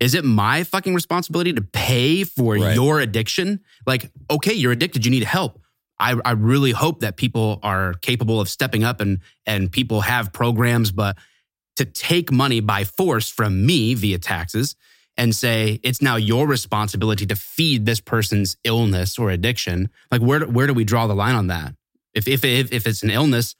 D: is it my fucking responsibility to pay for
B: Right.
D: your addiction like okay you're addicted you need help I, I really hope that people are capable of stepping up and and people have programs but to take money by force from me via taxes and say it's now your responsibility to feed this person's illness or addiction like where where do we draw the line on that if if if, if it's an illness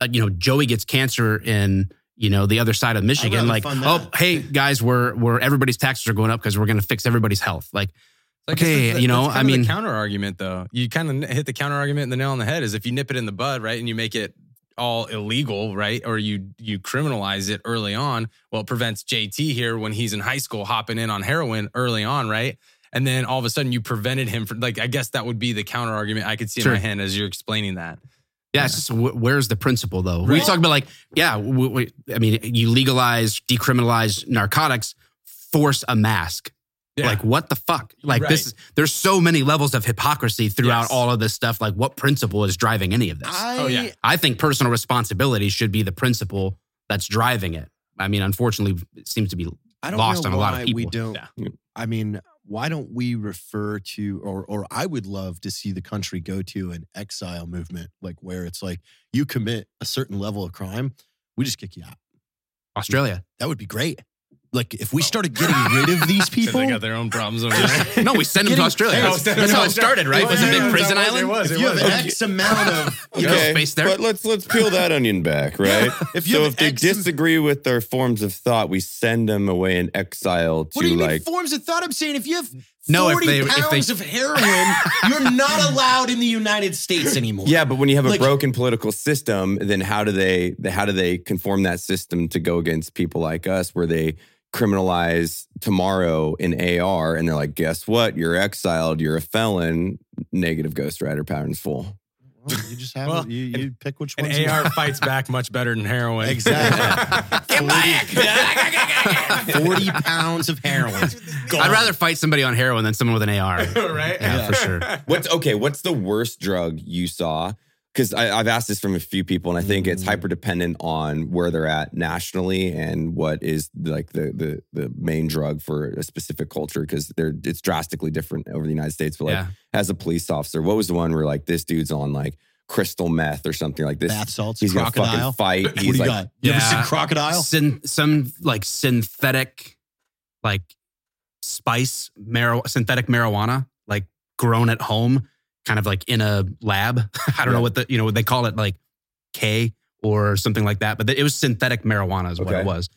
D: uh, you know joey gets cancer in you know the other side of michigan
E: rather
D: like
E: fund
D: oh
E: that.
D: hey guys we're we're everybody's taxes are going up because we're going to fix everybody's health like okay, you know, I mean-
C: counter argument though. You kind of hit the counter argument and the nail on the head is if you nip it in the bud, right, and you make it all illegal, right? Or you you criminalize it early on. Well, it prevents JT here when he's in high school hopping in on heroin early on, right? And then all of a sudden you prevented him from like I guess that would be the counter argument I could see
D: Sure.
C: in my head as you're explaining that.
D: Yeah, it's just wh- where's the principle though? We
C: Right.
D: talk about like, yeah, w w I I mean, you legalize, decriminalize narcotics, force a mask.
C: Yeah.
D: Like, what the fuck? Like, this
C: Right.
D: is there's so many levels of hypocrisy throughout
C: Yes.
D: all of this stuff. Like, what principle is driving any of this? I,
G: I,
C: Oh, yeah.
D: think personal responsibility should be the principle that's driving it. I mean, unfortunately, it seems to be
E: I don't
D: lost
E: know
D: on a
E: why
D: lot of
E: we
D: people.
E: don't.
B: Yeah.
E: I mean, why don't we refer to, or or I would love to see the country go to an exile movement, like where it's like you commit a certain level of crime, we just kick you out.
D: Australia.
E: That would be great. Like if we started getting rid of these
C: 'Cause
E: people,
C: they got their own problems over there.
D: No, we send them to
E: Getting-
D: Australia.
E: Hey,
D: That's,
C: send them
D: that's
C: to
D: how it
C: Australia.
D: started, right?
C: Well,
D: Wasn't
C: yeah,
D: it
C: that
D: a prison
C: was- it
D: island?
C: was.
E: if you have
C: was.
E: an
C: Okay.
E: X amount of, you know,
B: Okay,
D: space there.
B: but let's let's peel that onion back, right?
E: if you
B: so
E: have
B: if they
E: X am-
B: disagree with their forms of thought, we send them away in exile to
E: What do you mean
B: like
E: forms of thought? I'm saying if you have 40
D: No, if they- if they-
E: pounds of heroin, you're not allowed in the United States anymore.
B: Yeah, but when you have a
E: Like-
B: broken political system, then how do they how do they conform that system to go against people like us where they criminalize tomorrow in AR and they're like, guess what? You're exiled, you're a felon, negative Ghost Rider patterns full.
E: Well, you just have
C: Well,
E: it. You, you pick which one's
C: And AR fights back much better than heroin.
E: Exactly. 40 pounds of heroin.
D: I'd rather fight somebody on heroin than someone with an AR.
C: right?
D: Yeah, for sure.
B: What's okay? What's the worst drug you saw? Because I've asked this from a few people, and I think
E: Mm.
B: it's hyper dependent on where they're at nationally and what is like the the the main drug for a specific culture. Because they're it's drastically different over the United States. But like
D: Yeah.
B: as a police officer, what was the one where like this dude's on like crystal meth or something like this?
E: Bath salts,
B: He's
E: crocodile.
B: gonna fucking fight.
E: What do you
B: He's like
E: got? You ever
D: Yeah.
E: seen crocodile?
D: Syn- some like synthetic, like spice, mar- synthetic marijuana, like grown at home, kind of like in a lab. I don't know what the, you know, they call it like K or something like that, but it was synthetic marijuana is what
B: Okay.
D: it was.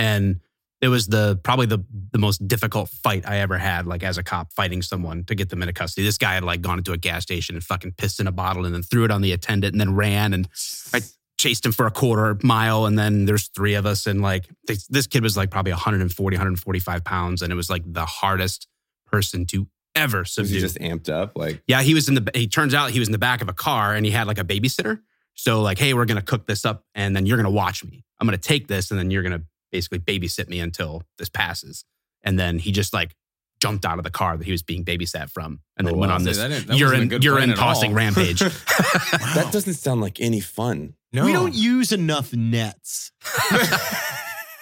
D: And it was the probably the the most difficult fight I ever had, like as a cop fighting someone to get them into custody. This guy had like gone into a gas station and fucking pissed in a bottle and then threw it on the attendant and then ran and I chased him for a quarter mile and then there's three of us and like they, this kid was like probably 140 145 pounds and it was like the hardest person to ever
B: was
D: subdue
B: he just amped up? Like
D: yeah, he was in the. He turns out he was in the back of a car, and he had like a babysitter. So like, hey, we're gonna cook this up, and then you're gonna watch me. I'm gonna take this, and then you're gonna basically babysit me until this passes. And then he just like jumped out of the car that he was being babysat from, and then
B: Oh,
D: went
B: wow.
D: on
C: Say,
D: this
C: that didn't- that wasn't a
D: urine
C: good plan
D: urine
C: at all.
D: tossing rampage.
B: that doesn't sound like any fun.
C: No.
E: We don't use enough nets.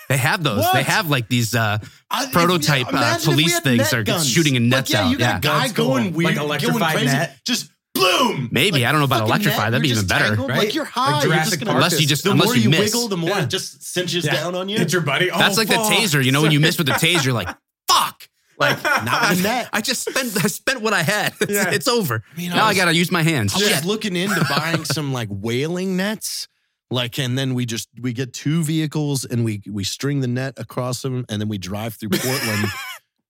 D: they have those. They
E: What?
D: have like these. uh
E: I- if-
D: Prototype, uh,
E: imagine if we
D: police
E: had
D: things
E: net
D: are
E: guns.
D: shooting in nets
E: like, yeah,
D: out.
E: You got
D: Yeah.
E: a guy
C: That's cool.
E: going weird,
C: Like electrified
E: going crazy,
C: net.
E: Just boom.
D: Maybe. I don't know about
E: fucking
D: electrified. That'd be
E: you're
D: even
E: just
D: better,
E: tangled,
C: right?
E: Like you're high.
C: Like
E: you're
C: Jurassic
E: just gonna,
C: Park.
D: unless you just
E: The
D: unless
E: more
D: you,
E: you,
D: miss,
E: wiggle, the more
C: Yeah.
E: it just cinches
C: Yeah.
E: down on you.
C: Hit your buddy. Oh,
D: that's like
C: fuck.
D: the taser. You know, when you miss with the taser, you're like, fuck. Like
E: Not with a net.
D: I just spent I spent what I had. It's,
C: Yeah.
D: it's over.
E: mean, Oh, I
D: now I
E: was-
D: gotta use my hands.
E: I was
D: Shit.
E: looking into buying some like whaling nets. Like and then we just we get two vehicles and we we string the net across them and then we drive through Portland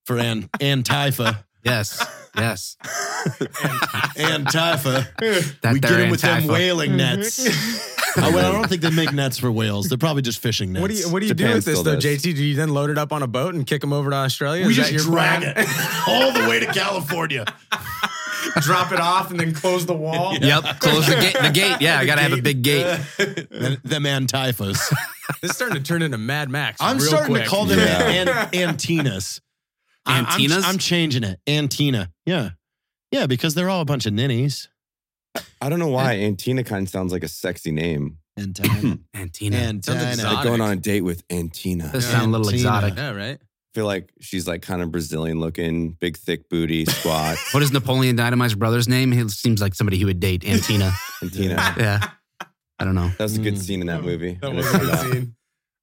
E: for An- Antifa
D: Yes. Yes.
E: Antifa.
D: That
E: we get
D: there
E: in with them
D: Antifa.
E: whaling
C: Mm-hmm.
E: nets. oh, well, I don't think they make nets for whales. They're probably just fishing nets.
C: What do you What do you do
B: Japan
C: with this
B: still
C: though,
B: does.
C: JT? Do you then load it up on a boat and kick them over to Australia?
E: we
C: Is
E: just
C: that your
E: drag
C: plan?
E: it all the way to California.
C: drop it off, and then close the wall.
D: Yep. Close the gate. The gate. Yeah, I gotta have a big gate.
E: them, them Antifas.
C: This is starting to turn into Mad Max.
E: I'm
C: real
E: starting
C: quick.
E: to call them
B: Yeah.
E: an, an- Antinas. I- I'm-
D: Antinas?
E: I'm, changing it. Antina. Yeah. Yeah, because they're all a bunch of ninnies.
B: I don't know why Antina kind of sounds like a sexy name.
E: Antina.
D: Antina.
C: Sounds
E: Antina.
C: exotic.
B: Like going on a date with Antina.
D: Does sound a little
E: Antina.
D: exotic.
C: Yeah, right.
B: feel like she's like kind of Brazilian looking, big thick booty, squat,
D: What is Napoleon Dynamite's brother's name? He seems like somebody he would date. Antina.
B: and Tina. That
D: yeah. I don't know.
B: was a good
E: Mm.
B: scene in that movie.
C: That
B: I
C: was
B: just
C: a
B: saw
C: good
B: that.
C: scene.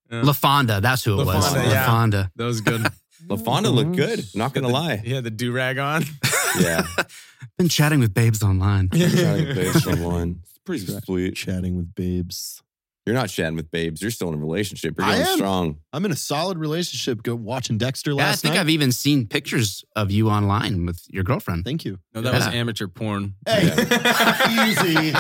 C: Yeah.
D: LaFonda. That's who it was.
B: LaFonda,
C: yeah.
D: LaFonda.
C: That was good.
B: LaFonda looked
E: Mm-hmm.
B: good. Not gonna lie.
C: He had the do rag on.
B: Yeah,
D: Been chatting with babes online.
B: Charlie Bates from one. It's pretty
E: Correct.
B: sweet.
E: Chatting with babes.
B: You're not chatting with babes. You're still in a relationship. You're
E: I
B: going
E: am.
B: strong.
E: I'm in a solid relationship. Go watching Dexter
D: Yeah, I
E: last
D: think
E: night.
D: I've even seen pictures of you online with your girlfriend.
E: Thank you.
C: No, that was
D: Yeah.
C: amateur porn.
E: Hey, easy.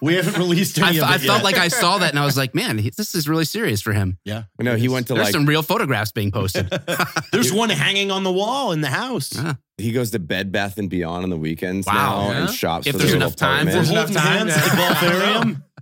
E: We haven't released
D: I,
E: any
D: f-
E: of it
D: I
E: yet.
D: felt like I saw that and I was like, man, he- this is really serious for him.
E: yeah.
B: No, he went to
D: There's
B: like
D: some real photographs being posted. Oh,
E: There's one hanging on the wall in the house.
D: Yeah.
B: he goes to Bed Bath and Beyond on the weekends
D: Wow.
B: now and
C: Yeah.
B: shops.
D: If
B: for
D: there's
B: their
D: enough
B: little
D: time for
B: apartment.
C: There's
E: Holding
C: enough time
E: hands
C: to-
E: at the Golfarium.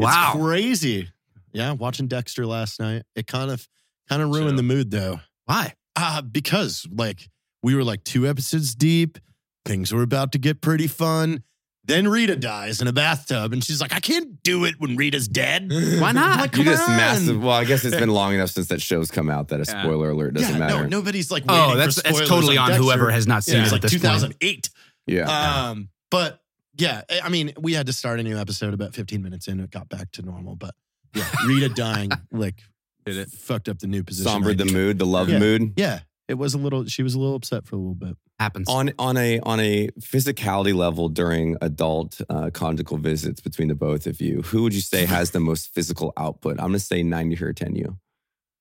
E: It's
D: wow.
E: crazy. Yeah, watching Dexter last night. It kind of kind of ruined the mood though.
D: Why?
E: Uh, because like we were like two episodes deep, things were about to get pretty fun. Then Rita dies in a bathtub, and she's like, "I can't do it when Rita's dead."
D: Why not?
E: Like,
B: You
E: come
B: just
E: on.
B: massive. Well, I guess it's been long enough since that show's come out that a
C: Yeah.
B: spoiler alert doesn't
E: yeah,
B: matter.
E: No, nobody's like.
D: Oh,
E: waiting
D: that's
E: for
D: that's
E: spoilers
D: totally on
E: Dexter.
D: whoever has not seen
E: Yeah,
D: it
E: it's
D: at
E: like
D: this point.
E: 2008.
B: Yeah.
E: Um, but yeah, I- I mean, we had to start a new episode about 15 minutes in. It got back to normal, but yeah, Rita dying like
C: Did it.
E: fucked up the new position.
B: Sombered the
E: idea.
B: mood, the love
E: Yeah.
B: mood.
E: Yeah, it was a little. She was a little upset for a little bit.
D: Happens.
B: on on a on a physicality level during adult uh, conjugal visits between the both of you, who would you say has the most physical output? I'm gonna say ninety her ten you.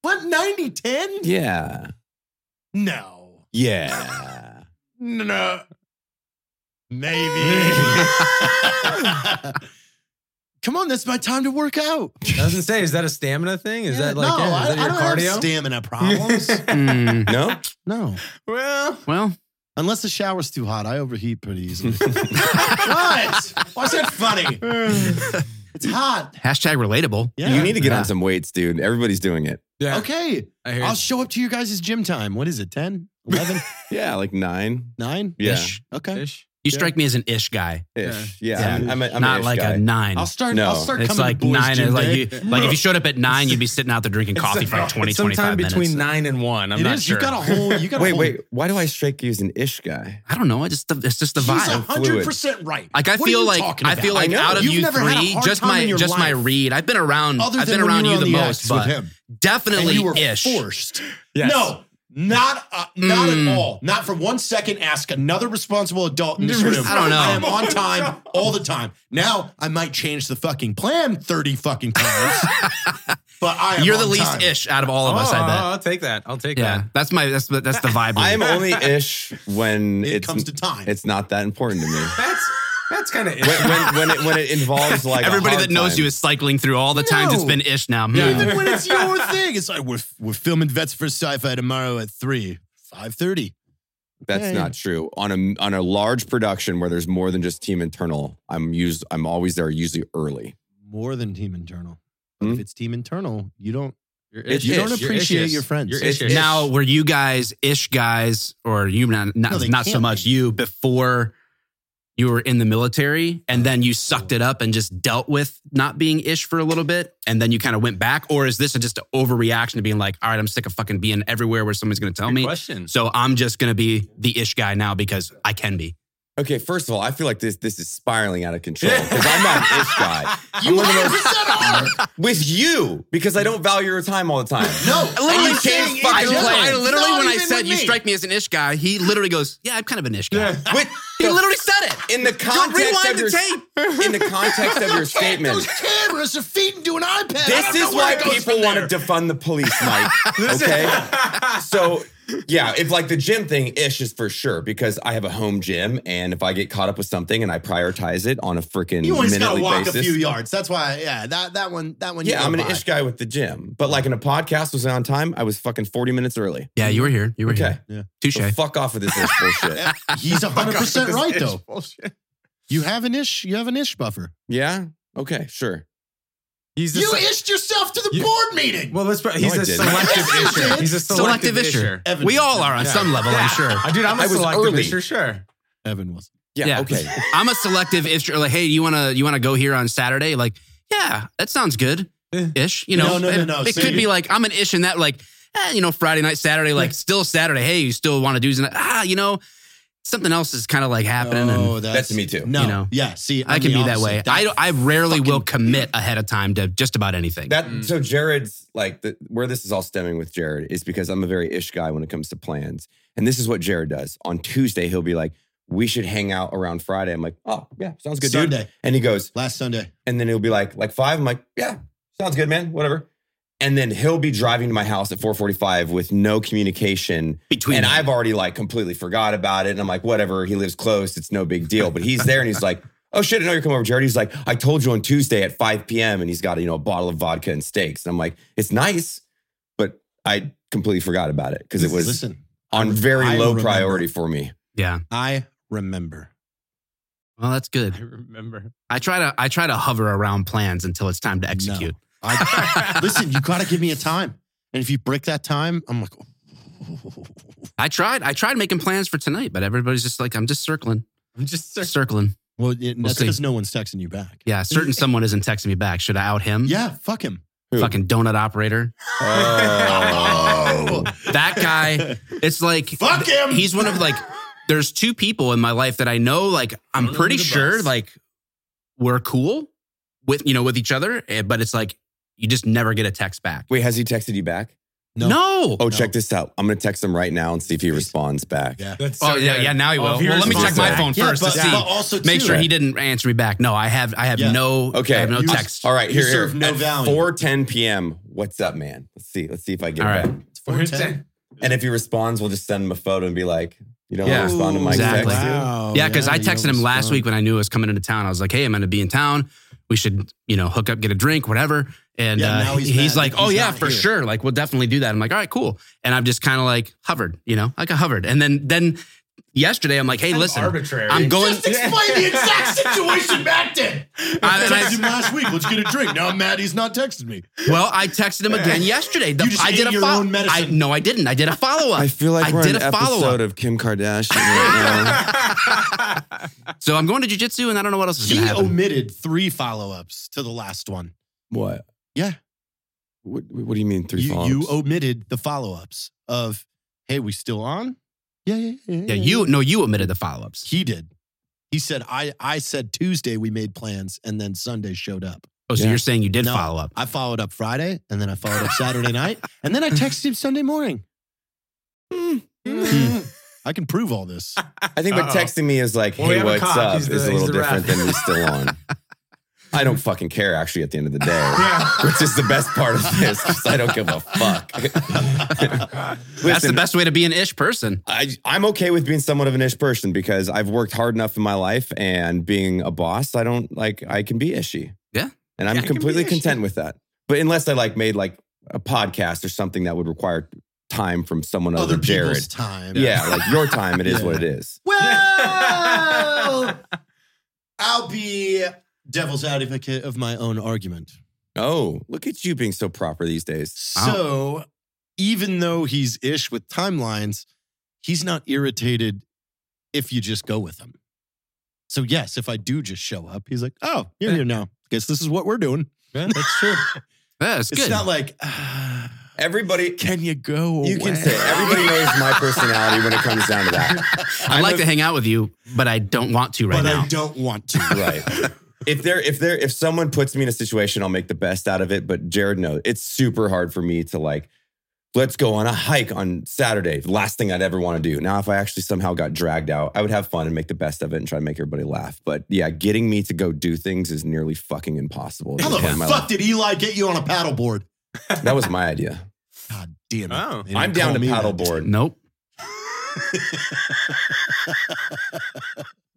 E: What 90 10?
B: Yeah,
E: No,
B: yeah.
E: no, maybe. Come on, that's my time to work out.
C: Doesn't say. Is that a stamina thing? Is that like
E: no?
C: yeah, is
E: I,
C: that
E: I
C: your
E: don't
C: cardio?
E: have stamina problems.
D: Hmm.
B: no,
E: no,
C: well,
D: well,
E: unless the shower's too hot, I overheat pretty easily. what? Why's that funny? it's hot.
D: hashtag relatable.
E: Yeah.
B: you need to get
D: Yeah.
B: on some weights, dude. Everybody's doing it.
C: yeah.
E: Okay.
C: I hear you.
E: I'll show up to your guys' gym time. What is it? 10? 11?
B: Yeah, like nine
E: 9?
B: Yeah.
D: Ish.
E: Okay.
C: Ish.
D: You
E: Yeah.
D: strike me as an ish guy,
B: ish. Yeah,
D: Yeah.
B: I'm, I'm, a- I'm
D: not like a nine.
E: I'll start
B: No.
E: I'll start
D: it's
E: coming
D: like
E: to boys
D: nine.
E: gym
D: Is like
E: day.
D: you, like if you showed up at nine, you'd be sitting out there drinking coffee for like 20,
C: It's sometime
D: 25 minutes.
C: between nine and one. I'm
E: It
C: not
E: is.
C: sure.
E: You got a whole you got a
B: Wait,
E: whole
B: wait. Why do I strike you as an ish guy?
D: I don't know. I just it's just the
E: He's
D: vibe.
E: hundred percent right.
D: Like I
E: What are
D: feel
E: you
D: like
E: talking
D: I
E: about?
D: feel like
B: know.
D: out of
E: You've
D: you
E: never had a
D: three,
E: hard
D: just
E: time
D: my
E: in your
D: just my
E: life.
D: read. I've been around.
E: Other
D: I've
E: than
D: been
E: when
D: around
E: you,
D: you
E: were
D: the
E: on
D: most,
E: X
D: but
E: with him, and
D: definitely
E: you were
D: ish.
E: forced. No, not uh, not
D: Mm.
E: at all. Not for one second. Ask another responsible adult in this room.
D: I don't know.
E: I am on time all the time. Now I might change the fucking plan thirty fucking times, but I am
D: You're the
E: on
D: least
E: time.
D: ish out of all of us.
C: Oh,
D: I bet.
C: I'll take that. I'll take
D: Yeah, that's my that's the- that's the vibe. we-
B: I am only ish when
E: It
B: it's
E: comes to time.
B: it's not that important to me.
C: that. That's that's kind of
B: When, when, when, it, when it involves like a
D: Everybody
B: hard
D: that knows
B: time.
D: you is cycling through all the times it's
E: No.
D: been ish now. Hmm.
E: Even
D: Yeah.
E: when it's your thing, it's like we're we're filming Vets for Sci-Fi tomorrow at three five thirty.
B: That's
E: Okay.
B: not true. On a on a large production where there's more than just team internal, I'm used. I'm always there, usually early.
E: More than team internal.
B: Hmm?
E: If it's team internal, you don't
B: It's
E: you don't
B: ish. You're
E: appreciate your friends.
C: You're
B: It's
C: ish.
D: Now, were you guys ish guys, or you not not,
E: No, they
D: not so
E: can't
D: much
E: be.
D: you before you were in the military, and then you sucked it up and just dealt with not being ish for a little bit, and then you kind of went back, or is this just an overreaction to being like, all right, I'm sick of fucking being everywhere where somebody's going to tell
C: Good
D: me,
C: question.
D: so I'm just going to be the ish guy now because I can be.
B: Okay, first of all, I feel like this this is spiraling out of control because I'm not an ish guy. I'm one of the most- with you because I don't value your time all the time.
E: No,
D: literally
E: I'm
D: came
E: saying
D: I,
E: in general.
D: I literally,
E: Not
D: when I
E: even
D: said
E: with
D: you
E: me.
D: strike me as an ish guy, he literally goes, "Yeah, I'm kind of an ish guy."
B: With
D: He literally said it.
B: in the context
D: rewind
B: of your
D: the tape.
B: in the context of your statement.
E: Those cameras are feeding to an iPad.
B: This is why people want to defund the police, Mike. Okay. so yeah, if like the gym thing ish is for sure because I have a home gym, and if I get caught up with something and I prioritize it on a freaking
E: You always gotta
B: minutely
E: walk
B: basis,
E: a few yards. That's why, yeah, that that one, that one. you
B: yeah,
E: go
B: I'm an
E: by.
B: ish guy with the gym. But like in a podcast was on time, I was fucking 40 minutes early.
D: Yeah, you were here. You were
B: Okay,
D: here.
E: Yeah.
D: Touche.
B: so fuck off with this ish bullshit.
E: He's hundred percent right though.
C: Bullshit.
E: You have an ish, you have an ish buffer.
B: Yeah. Okay. Sure.
C: He's a
E: You
C: se-
E: ished yourself to the
C: You-
E: board meeting.
C: well, let's. He's
B: No, I
C: a
B: didn't.
E: Yes,
C: selective
E: you
C: isher.
E: did.
C: He's a selective,
D: Selective isher.
C: isher.
E: Evan,
D: We all are on
C: Yeah.
D: some level, I'm sure.
C: Uh, Dude, I'm a
B: I was
C: selective
B: early.
C: isher. Sure.
E: Evan was.
B: Yeah. Okay.
D: I'm a selective ish. Like, hey, you wanna you wanna go here on Saturday? Like, yeah, that sounds good.
C: Yeah.
D: Ish. You
E: No,
D: know,
E: no, no,
D: It-
E: no.
D: It
E: So
D: could
E: you-
D: be like I'm an ish in that like, eh, you know, Friday night, Saturday, like still Saturday. Hey, you still want to do something? Ah, you know, something else is kind of like happening.
E: Oh.
D: and
B: That's me too.
E: No,
D: You know.
E: yeah. See,
D: I
E: I'm
D: can
E: the
D: be that
E: opposite.
D: way. I don't- I rarely will commit ahead of time to just about anything.
B: That so Jared's like the, where this is all stemming with Jared is because I'm a very ish guy when it comes to plans, and this is what Jared does. On Tuesday, he'll be like, "We should hang out around Friday." I'm like, "Oh yeah, sounds good, dude."
E: Sunday,
B: And he goes,
E: last Sunday.
B: and then he'll be like, "Like five? I'm like, "Yeah, sounds good, man. Whatever. And then he'll be driving to my house at 4:45 with no communication,
D: Between
B: and
D: them.
B: I've already like completely forgot about it. And I'm like, whatever. He lives close. It's no big deal. But he's there, and he's like, oh shit, I know you're coming over, Jared. He's like, I told you on Tuesday at 5 p.m. And he's got you know a bottle of vodka and steaks. And I'm like, it's nice, but I completely forgot about it because it was
E: Listen,
B: on very
E: I
B: low
E: remember.
B: priority for me.
D: yeah.
E: I remember.
D: Well, that's
C: I
D: good.
C: remember.
D: I try to I try to hover around plans until it's time to execute.
E: I, listen, you got to give me a time. And if you break that time, I'm like, oh,
D: I tried I tried making plans for tonight, but everybody's just like I'm just circling,
C: I'm just circling.
D: circling.
E: well, it, that's
D: see.
E: because no one's texting you back.
D: Yeah, certain someone isn't texting me back. Should I out him?
E: Yeah, fuck him.
B: Who?
D: Fucking donut operator.
B: Oh.
D: That guy. It's like
E: Fuck him.
D: he's one of like there's two people in my life that I know like I'm
C: Throw them
D: pretty
C: under the
D: sure
C: bus.
D: like we're cool with you know with each other eh, but it's like you just never get a text back.
B: Wait, has he texted you back?
D: No.
E: No.
B: Oh, check this out. I'm gonna text him right now and see if he responds back.
E: Yeah.
C: That's
D: Oh
C: so
D: yeah,
C: good.
D: yeah, now he
C: Oh,
D: will.
C: if he
D: well, let me check
C: responds
D: my
C: back.
D: phone
E: Yeah,
D: first
E: but,
D: to see.
E: but also
D: Make
E: too,
D: sure he didn't answer me back. No, I have I have
E: Yeah.
D: no
B: Okay.
D: I have no
E: You-
D: text.
B: All right,
E: You
B: here, here.
E: serve no
B: At
E: value.
B: 4:10 p.m. What's up, man? Let's see. Let's see if I get
D: All
B: back.
D: right.
C: Where's
E: Four ten.
C: that?
B: And if he responds, we'll just send him a photo and be like, "You don't
D: Yeah.
B: want to respond to my
D: Exactly.
B: text."
E: Wow,
D: yeah, because I
E: Oh, you
D: texted him
E: don't
D: last
E: respond.
D: week when I knew I was coming into town. I was like, "Hey, I'm going to be in town. We should, you know, hook up, get a drink, whatever." And
E: Yeah,
D: uh,
E: now he's
D: he's,
E: mad
D: like,
E: that
D: "Oh
E: he's
D: yeah,
E: not
D: for
E: here."
D: sure. Like, we'll definitely do that." I'm like, "All right, cool." And I'm just kind of like hovered, you know, like I hovered. And then then yesterday, I'm like, "Hey,
C: Kind of
D: listen,
C: arbitrary.
D: I'm going."
E: Explain the exact situation back then.
D: I- and I-
E: texted him last week. Let's get a drink. Now I'm mad he's not texted me.
D: well, I texted him again yesterday. The-
E: You just
D: I did
E: ate
D: a
E: your
D: fo-
E: own medicine.
D: I, no, I didn't. I did a follow up.
B: I feel like
D: I
B: we're
D: did
B: on an
D: a follow
B: episode
D: up.
B: of Kim Kardashian right
D: So I'm going to jujitsu, and I don't know what else is
E: He
D: going to happen.
E: omitted three follow ups to the last one.
B: now. what?
E: Yeah.
B: What, what do you mean three
E: You,
B: follow-ups?
E: you omitted the follow ups of, hey, we still on? Yeah, yeah, yeah.
D: Yeah, you no, you omitted the follow ups.
E: He did. He said, I, I said Tuesday we made plans and then Sunday showed up.
D: Oh, so
B: Yeah.
D: you're saying you did
E: No.
D: follow up?
E: I followed up Friday and then I followed up Saturday night and then I texted him Sunday morning.
B: Hmm.
E: I can prove all this.
B: I think what
C: Uh-oh.
B: texting me is like,
C: Well, we
B: "Hey,
C: have a
B: what's
C: cop.
B: up?"
C: He's the-
B: is a
C: he's
B: little
C: the ref.
B: different than we still on. I don't fucking care actually. At the end of the day.
C: Yeah.
B: Which is the best part of this, 'cause I don't give a fuck.
D: That's the
B: Listen,
D: best way to be an ish person.
B: I, I'm okay with being somewhat of an ish person because I've worked hard enough in my life, and being a boss, I don't like I can be ishy.
D: Yeah.
B: and I'm
C: Yeah, I can be
B: completely
C: ishy.
B: content with that. But unless I like made like a podcast or something that would require time from someone other,
E: Other
B: than Jared.
E: people's time.
B: Yeah, like your time, it is
E: Yeah.
B: what it is.
E: Well, I'll be devil's advocate of my own argument.
B: Oh, look at you being so proper these days.
E: So, even though he's ish with timelines, he's not irritated if you just go with him. So, yes, if I do just show up, he's like, oh, you're here now. Guess this is what we're doing.
C: That's true.
D: Yeah, it's
E: It's
D: good.
E: not like, "Ah,
B: Everybody,
E: can you go away?
B: you can say everybody knows my personality when it comes down to that.
D: I'd
B: I'm
D: like
B: a-
D: to hang out with you, but I don't want to right
E: but
D: now.
E: I don't want to.
B: right. If there, if there, if someone puts me in a situation, I'll make the best out of it. But Jared, no, it's super hard for me to like. Let's go on a hike on Saturday. The last thing I'd ever want to do. Now, if I actually somehow got dragged out, I would have fun and make the best of it and try to make everybody laugh. But yeah, getting me to go do things is nearly fucking impossible. at
E: How
B: this
E: the
B: point in my
E: fuck did Eli get you on a paddleboard?
B: life. That was my idea.
E: God damn it.
C: Oh.
E: They didn't
B: I'm down
E: call
B: to
E: me that.
B: paddleboard.
D: Nope.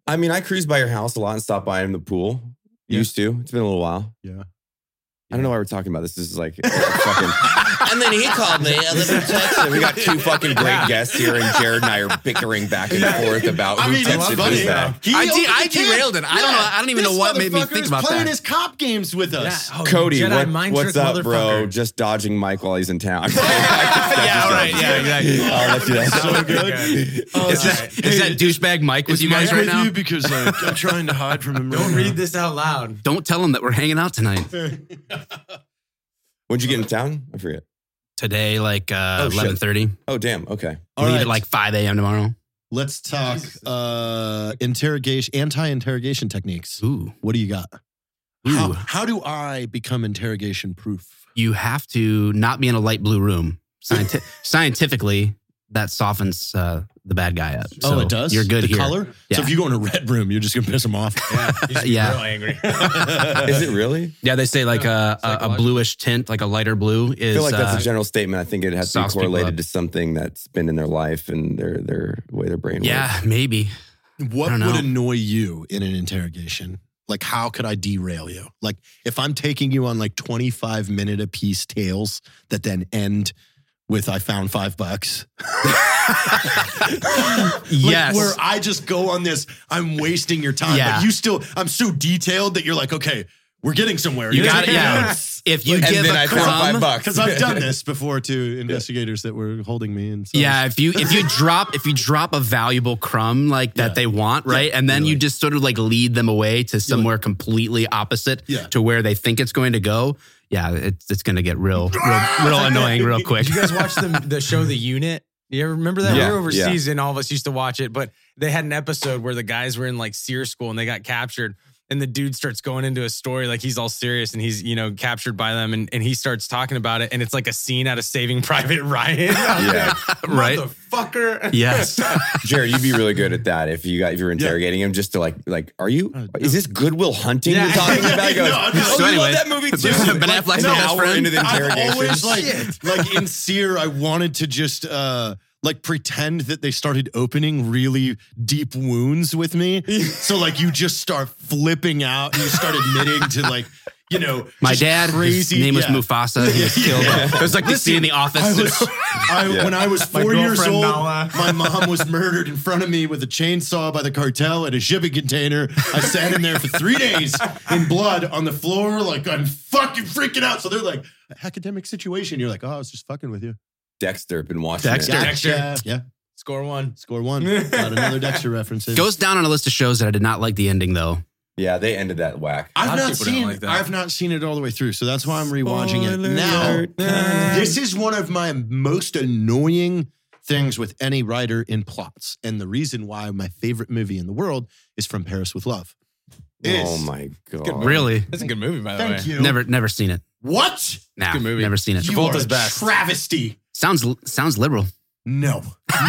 B: I mean, I cruise by your house a lot and stop by in the pool.
E: Yeah.
B: Used to. It's been a little while.
E: Yeah.
B: I don't know why we're talking about this. This is like a fucking. and then he called me. I live in Texas. We got two fucking great guests here, and Jared and I are bickering back and forth about
E: I
B: who
E: mean, it's
B: texted
E: funny.
B: who's back.
E: He
D: I de-
E: opened
D: I
E: the can.
D: derailed it. I don't know- I don't even
E: This
D: know what made me
E: motherfucker
D: think
E: is
D: about
E: playing
D: that. Oh,
E: his cop games with us.
B: Cody,
C: Oh, Jedi
B: what-
C: mind
B: what's
C: trick,
B: up, bro?
C: motherfucker.
B: Just dodging Mike while he's in town.
D: Yeah, all right. Yeah, exactly.
B: I'll let you know.
C: So good. Oh,
D: Is that, is that douchebag Mike with you guys right now?
G: because like, I'm trying to hide from him.
C: Don't read this out loud.
D: Don't tell him that we're hanging out tonight.
B: When'd you get in town? I forget.
D: Today, like uh,
B: Oh, shit.
D: 11.30.
B: Oh, damn. Okay.
E: All
D: Leave
E: right,
D: at like 5 a.m. tomorrow.
E: let's talk uh, interrogation, anti-interrogation techniques.
D: Ooh.
E: What do you got? How,
D: Ooh.
E: how do I become interrogation proof?
D: You have to not be in a light blue room. Scienti- scientifically, that softens uh, the bad guy up.
E: oh,
D: So
E: it does.
D: You're good
E: the
D: here.
E: color. So
D: Yeah.
E: if you go in a red room, you're just gonna piss them off.
C: Yeah.
D: Yeah.
C: Real angry.
B: Is it really?
D: Yeah, they say like a, a, a
C: psychological.
D: bluish tint, like a lighter blue
B: I
D: is.
B: feel like that's
D: uh,
B: a general statement. I think it has to be
D: sauce people
B: correlated
D: up.
B: to something that's been in their life and their their way their brain works.
D: yeah, maybe.
E: What
D: I don't
E: would
D: know.
E: annoy you in an interrogation? Like, how could I derail you? Like, if I'm taking you on like 25 minute a piece tales that then end with I found five bucks. Like,
D: Yes.
E: where I just go on this, I'm wasting your time.
D: Yeah.
E: But you still, I'm so detailed that you're like, okay, we're getting somewhere.
D: You got it.
E: taking me
D: Yeah.
E: on
D: If you give
B: then
D: a
B: I found
D: crumb,
B: five bucks.
E: Because I've done this before to investigators that were holding me. And so
D: Yeah, if you if you drop if you drop a valuable crumb like that
E: Yeah.
D: they want, right? And then you just sort of like lead them away to somewhere completely opposite
E: Yeah.
D: to where they think it's going to go. Yeah, it's it's going to get real real, real annoying real quick.
C: Did you guys watch the, the show The Unit? You ever remember that?
B: Yeah,
C: we were overseas and all of us used to watch it, but they had an episode where the guys were in like seer school and they got captured. And the dude starts going into a story like he's all serious and he's, you know, captured by them and, and he starts talking about it. And it's like a scene out of Saving Private Ryan.
B: Yeah.
D: Right.
C: Motherfucker.
D: Yes.
B: Jared, you'd be really good at that if you got if you're interrogating him just to like like are you is this Goodwill Hunting
C: Yeah.
B: you're talking about? He goes,
E: Oh, No, I'm
B: oh,
E: just-
B: you
D: anyway,
B: love that movie too.
D: Ben
B: Like,
D: Affleck's
B: an
D: my best
B: hour
D: friend.
B: into the
E: I've
B: interrogation.
E: always like like in Seer, I wanted to just uh like pretend that they started opening really deep wounds with me. so like you just start flipping out and you start admitting to like, you know,
D: My
E: just
D: dad,
E: crazy,
D: his name was
E: yeah.
D: Mufasa. He was killed. There's like the scene in the
E: I
D: office.
E: was, I,
B: Yeah.
E: When I was four years
C: girlfriend,
E: old,
C: Nala.
E: my mom was murdered in front of me with a chainsaw by the cartel in a shipping container. I sat in there for three days in blood on the floor, like I'm fucking freaking out. So they're like, academic situation. You're like, oh, I was just fucking with you.
B: Dexter been watching. it.
D: Dexter.
E: Yeah, yeah.
C: Score one.
E: Score one. Got another Dexter reference. in.
D: Goes down on a list of shows that I did not like the ending though.
B: Yeah, they ended that whack.
E: I've
C: Lots of
E: not
C: people don't
E: seen.
C: like that.
E: I've not seen it all the way through, so that's why I'm rewatching it now. This is one of my most annoying things with any writer in plots, and the reason why my favorite movie in the world is From Paris with Love.
B: Oh
E: Is-
B: my god.
D: Really?
C: That's a good movie,
B: Oh,
C: by the way.
E: Thank you.
D: Never never seen it.
E: What?
D: Nah,
C: Good movie.
D: never seen it.
E: You
C: Travolta's
E: are a
C: best.
E: Travesty.
D: Sounds sounds liberal.
E: No. No.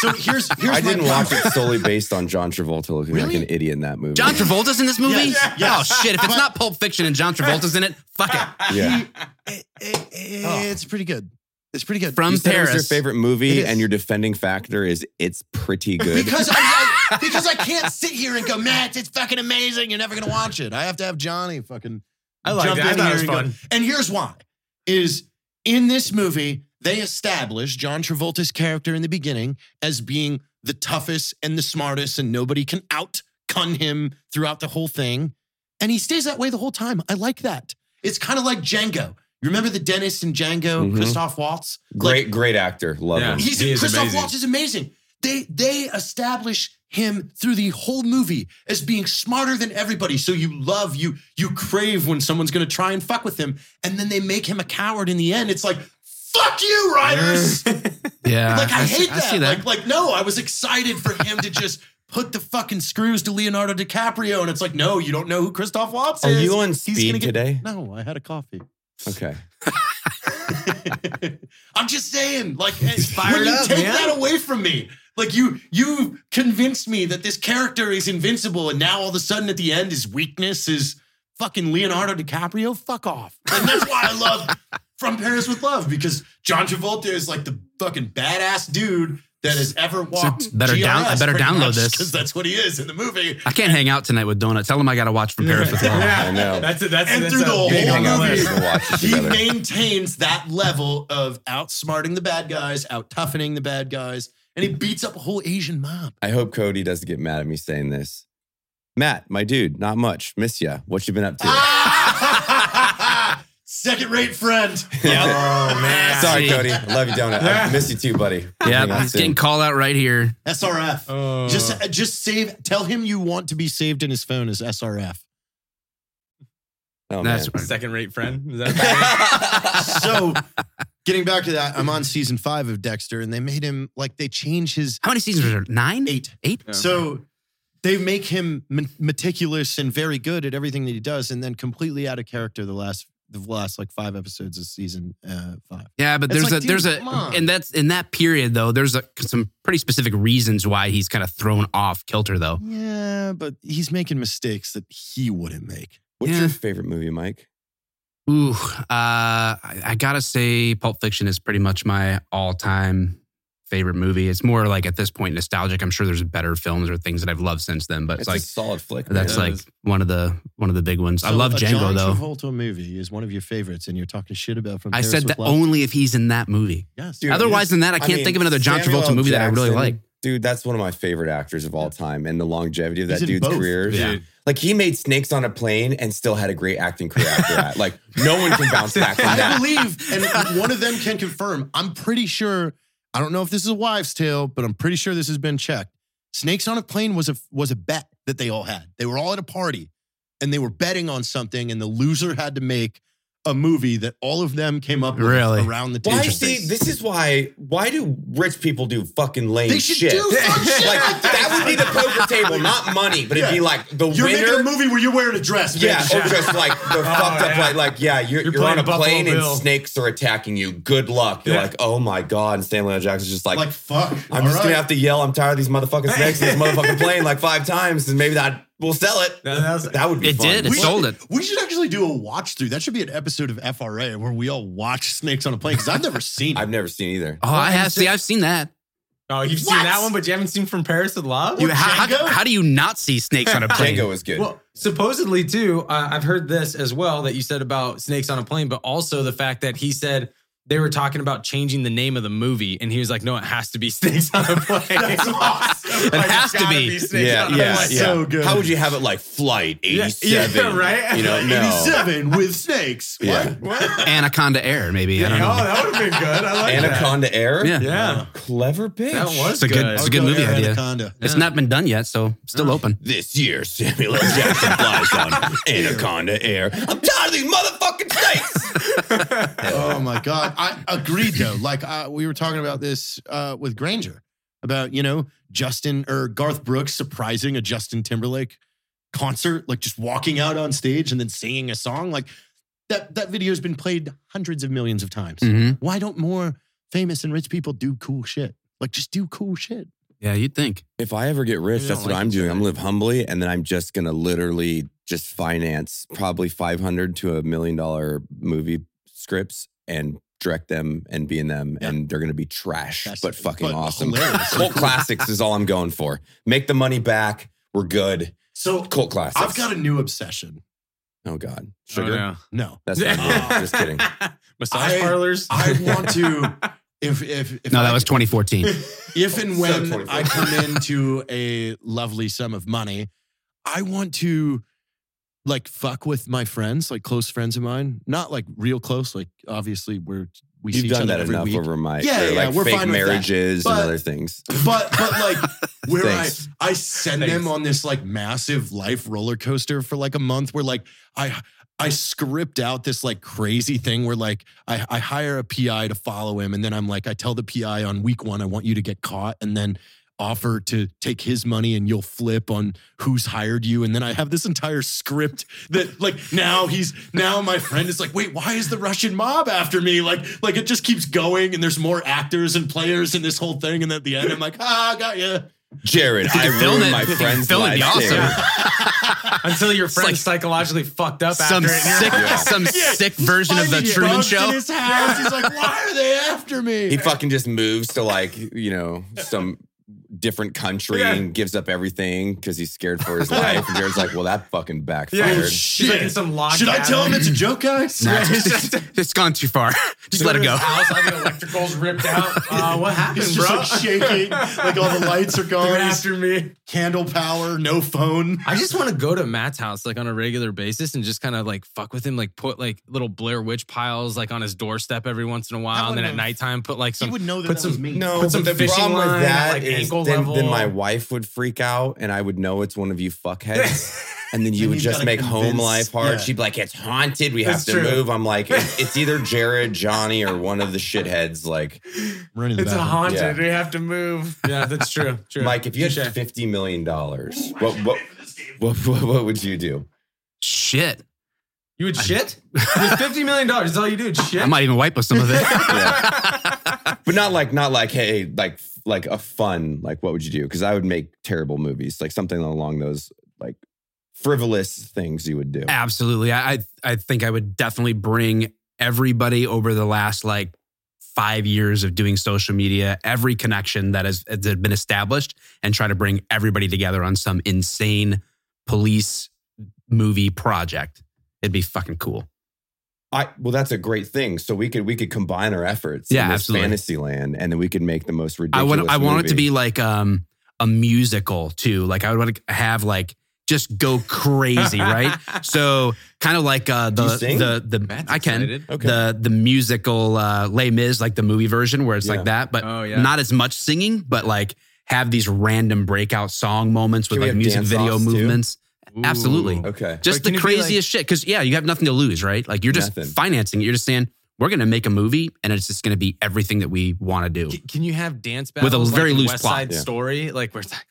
E: so here's here's
B: I
E: my
B: didn't
E: problem.
B: watch it solely based on John Travolta looking like
E: Really?
B: an idiot in that movie.
D: John Travolta's in this movie?
E: Yes, yes.
D: Oh shit! If it's
E: But-
D: not Pulp Fiction and John Travolta's in it, fuck it.
B: yeah.
E: It- it- it's pretty good. It's pretty good.
D: From
B: You said it was
D: Paris.
B: your favorite
E: It
B: movie,
E: is.
B: and your defending factor is it's pretty good.
E: Because I, I because I can't sit here and go, Matt, it's fucking amazing. You're never gonna watch it. I have to have Johnny fucking
C: I liked
E: jump
C: it. I
E: in
C: thought it
E: here
C: was
E: and
C: fun.
E: go. And here's why: is in this movie they establish John Travolta's character in the beginning as being the toughest and the smartest, and nobody can out cun him throughout the whole thing. And he stays that way the whole time. I like that. It's kind of like Django. You remember the dentist in Django,
B: Mhm.
E: Christoph Waltz?
B: great, great actor. Love
C: Yeah.
B: him.
E: He's
C: He is
E: Christoph
C: amazing.
E: Waltz is amazing. They they establish him through the whole movie as being smarter than everybody. So you love you you crave when someone's going to try and fuck with him, and then they make him a coward in the end. It's like fuck you, writers.
D: Yeah,
E: like I, hate that.
D: see that.
E: Like like no, I was excited for him to just. Put the fucking screws to Leonardo DiCaprio, and it's like, no, you don't know who Christoph Waltz
B: Are
E: is.
B: you on
E: He's gonna
B: speed
E: get-
B: today?
E: No, I had a coffee.
B: Okay.
E: I'm just saying, like,
C: fired
E: when you
C: up,
E: take
C: man.
E: that away from me, like you you convinced me that this character is invincible, and now all of a sudden at the end his weakness is fucking Leonardo DiCaprio. Fuck off. And that's why I love From Paris with Love because John Travolta is like the fucking badass dude that has ever walked.
D: better down- I better download this.
E: because that's what he is in the movie.
D: I can't hang out tonight with Donut. Tell him I got to watch From Paris with Love.
B: I know.
C: That's it. That's,
E: And
C: that's
E: through
C: a
E: the whole
C: big on the
E: movie.
C: list.
B: We'll watch it
E: he
B: together.
E: maintains that level of outsmarting the bad guys, out toughening the bad guys, and he beats up a whole Asian mob.
B: I hope Cody doesn't get mad at me saying this. Matt, my dude, not much. Miss ya. What you been up to?
E: Ah, Second rate friend.
C: Oh, man.
B: Sorry, Cody. I Love you, Donut. I miss you too, buddy. Hang
D: Yeah,
B: on
D: he's
B: soon.
D: getting called out right here.
E: SRF.
C: Oh.
E: Just uh, just save tell him you want to be saved in his phone as SRF.
B: Oh, man.
D: That's
C: second rate friend. Is that
E: So getting back to that, I'm on season five of Dexter, and they made him like they change his
D: how many seasons are there? Nine,
E: eight.
D: eight.
E: So they make him me- meticulous and very good at everything that he does, and then completely out of character the last the last like five episodes of season uh, five.
D: Yeah, but
E: It's
D: there's
E: like,
D: a there's
E: dude,
D: a
E: come on.
D: and that's in that period though. There's a, some pretty specific reasons why he's kind of thrown off kilter though.
E: Yeah, but he's making mistakes that he wouldn't make.
B: What's
D: Yeah.
B: your favorite movie, Mike?
D: Ooh, uh, I, I gotta say, Pulp Fiction is pretty much my all time favorite movie. It's more like at this point nostalgic. I'm sure there's better films or things that I've loved since then, but
B: It's,
D: it's,
B: like
D: like
B: a solid flick.
D: that's
C: Yeah, it
D: like
C: is.
D: one of the one of the big ones. I
E: So
D: love
E: a
D: Django
E: John
D: though.
E: Travolta movie is one of your favorites, and you're talking shit about from.
D: I
E: Paris
D: said
E: with
D: that
E: Love.
D: only if he's in that movie.
E: Yes,
B: Dude,
D: Otherwise
B: it's-
D: than that, I can't
B: mean,
D: think of another John
B: Samuel
D: Travolta
B: L.
D: movie that I really
B: Jackson,
D: like.
B: Dude, that's one of my favorite actors of all time, and the longevity of that
E: He's in
B: dude's
E: both.
B: career.
C: Yeah.
B: Like he made Snakes on a Plane and still had a great acting career after that. Like no one can bounce back from
E: I
B: that.
E: believe, and one of them can confirm. I'm pretty sure. I don't know if this is a wives' tale, but I'm pretty sure this has been checked. Snakes on a plane was a was a bet that they all had. They were all at a party, and they were betting on something, and the loser had to make a movie that all of them came up with
D: Really?
E: around the table.
B: Why see this is why why do rich people do fucking lame
E: They should
B: shit?
E: do fun shit
B: like
E: like
B: that would be the poker table, not money, but it'd be like the
E: You're making a
B: winner.
E: movie where you're wearing a dress. bitch.
B: Yeah, oh, or just like the fucked up,
C: yeah.
B: like, like yeah, you're, you're,
C: playing
B: on a
C: Buffalo
B: plane
C: Bill.
B: and snakes are attacking you. Good luck. You're
C: Yeah.
B: like, oh my god. And Samuel L. Jackson's just like,
E: like fuck.
B: I'm just gonna have to yell, I'm tired of these motherfucking snakes in this motherfucking plane like five times, and maybe that will sell it.
C: That- that was-
B: That would be
D: It
B: fun.
D: did. It
E: We
D: sold
E: should-
D: it.
E: We should actually do a watch through. That should be an episode of FRA where we all watch Snakes on a Plane because I've never seen it.
B: I've never seen either.
D: Oh, I have see. I've seen that.
C: Oh, you've
E: What?
C: seen that one, but you haven't seen From Paris with Love.
D: You, how, how, how do you not see snakes on a plane?
B: Django is good.
C: Well, supposedly too, uh, I've heard this as well that you said about snakes on a plane, but also the fact that he said they were talking about changing the name of the movie, and he was like, "No, it has to be snakes on a plane.
E: awesome.
D: It has to be.
C: Snakes on a Plane.
E: so good.
B: How would you have it like flight
C: Yeah,
B: 87?
C: yeah, right?
B: You
E: Uh,
B: know, no.
E: 87 with snakes. What?
B: Yeah.
C: What?
D: Anaconda Air, maybe. I don't
C: oh,
D: know.
C: that would have been good. I like
B: Anaconda Air?
D: Yeah.
C: That. Yeah,
B: Clever bitch.
C: that was
D: It's a good-
C: good.
D: it's a good movie
E: Anaconda.
D: idea.
E: Anaconda.
D: It's not been done yet, so still open.
B: This year, Samuel L. Jackson flies on Anaconda Air. I'm tired of these motherfucking snakes.
E: Oh my god, I agreed though. Like uh, we were talking about this uh, with Granger about you know Justin or Garth Brooks surprising a Justin Timberlake concert, like just walking out on stage and then singing a song. Like that that video has been played hundreds of millions of times.
B: Mm-hmm.
D: Mhm.
E: Why don't more famous and rich people do cool shit? Like just do cool shit.
D: Yeah, you'd think.
B: If I ever get rich,
C: We
B: that's
C: don't
B: what
C: like
B: I'm
C: each
B: doing.
C: other.
B: I'm live humbly, and then I'm just gonna literally just finance probably 500 to a million dollar movie scripts and direct them and be in them,
E: Yeah.
B: and they're gonna be trash,
E: That's-
B: but fucking
E: but
B: awesome.
E: hilarious.
B: Cult classics is all I'm going for. Make the money back. We're good.
E: So
B: Cult classics.
E: I've got a new obsession.
B: oh god,
C: Oh,
B: sugar.
C: no.
E: No,
B: That's not good. just kidding.
C: Massage
E: I-
C: parlors.
E: I want to. If if, if
D: No, that
E: I-
D: was 2014.
E: if and when
B: 724.
E: I come into a lovely sum of money, I want to like fuck with my friends, like close friends of mine. Not like real close, like obviously we're we see
B: You've
E: each
B: done
E: other
B: that
E: every
B: enough
E: week.
B: over my
E: Yeah,
B: or
E: yeah,
B: like
E: we're
B: fake
E: fine with that.
B: marriages and
E: But-
B: other things.
E: but but like where
B: Thanks.
E: I I send
C: Thanks.
E: them on this like massive life roller coaster for like a month where like I I script out this like crazy thing where like I, I hire a PI to follow him and then I'm like I tell the PI on week one I want you to get caught and then offer to take his money and you'll flip on who's hired you and then I have this entire script that like now he's now my friend is like wait why is the Russian mob after me like like it just keeps going and there's more actors and players in this whole thing and at the end I'm like ah I got you
B: Jared, I
D: could film
B: ruined
D: it.
B: my
D: If you could
B: friend's
D: film it,
B: life.
D: it'd be awesome.
C: Until your friend's
D: like-
C: psychologically fucked up
D: some
C: after it. and
D: sick,
C: you're-
D: some sick version of the
E: Finding
D: Truman
E: bugs in
D: Show.
E: his house he's like why are they after me
B: He fucking just moves to like, you know, some different country
C: Yeah.
B: and gives up everything because he's scared for his life. And Jared's like, well, that fucking
C: Yeah.
B: backfired.
C: He's like in some log
E: should I tell him
C: cabin.
E: it's a joke guys
D: Nah, it's, it's gone too far. Just let it go.
C: His House, all the electricals ripped out. Uh, what happened,
E: He's
C: bro?
E: just like shaking, like all the lights are
C: They're
E: gone. He's
C: after me.
E: candle power, no phone.
C: I just want to go to Matt's house like on a regular basis and just kind of like fuck with him, like put like little Blair Witch piles like on his doorstep every once in a while, and then at
E: wouldn't have-
C: nighttime put like
E: He
C: some
E: would know that
C: put
E: that
C: some-
E: was me.
B: No,
C: Put some
B: but the
C: fishing
B: problem with
C: line at,
B: that
C: like,
B: is
C: ankle
B: then, then
C: level.
B: my wife would freak out and I would know it's one of you fuckheads. And then you
E: Then
B: would
E: you've
B: just
E: gotta
B: make home
E: convince-
B: life hard.
E: yeah.
B: She'd be like, "It's haunted. We have
C: That's
B: to
C: true.
B: move." I'm like, "It's, it's either Jared, Johnny, or one of the shitheads." Like,
E: Run in the
C: It's
E: bathroom.
C: haunted.
B: Yeah.
C: We have to move. Yeah, that's true. True.
B: Mike, if you
C: Touche.
B: had fifty million dollars, what what, what what what would you do?
D: Shit.
C: You would shit? With $50 million, that's all you do, is shit?
D: I might even wipe with some of it.
B: but not like not like hey like f- like a fun like what would you do because i would make terrible movies like something along those like frivolous things you would do
D: Absolutely. I, I I think I would definitely bring everybody over the last like five years of doing social media, every connection that has that's been established, and try to bring everybody together on some insane police movie project. It'd be fucking cool.
B: i well that's a great thing so we could we could combine our efforts
D: Yeah,
B: in this
D: absolutely.
B: fantasy land and then we could make the most
D: I
B: ridiculous
D: want I want it to
B: movie.
D: be like um a musical too. Like I would want to have like just go crazy, right? So kind of like uh the
B: you sing?
D: the the
C: Matt's
D: I can
C: excited.
B: Okay.
D: the the musical uh Les Mis, like the movie version where it's
B: Yeah.
D: like that, but
C: Oh, yeah.
D: not as much singing, but like have these random breakout song moments
B: Can
D: with
B: we
D: like
B: have
D: music
B: dance
D: video
B: offs, too?
D: movements.
C: Ooh.
D: Absolutely.
B: okay
D: Just
C: can
D: the
C: it be, like-
D: craziest shit. Cause yeah, you have nothing to lose, right? Like you're just
B: Nothing.
D: financing it. You're just saying, we're gonna make a movie and it's just gonna be everything that we wanna do.
C: C- Can you have dance
D: With a
C: battles
D: very
C: like in
D: loose
C: West
D: plot.
C: Side
B: Yeah.
C: Story? Like where it's like,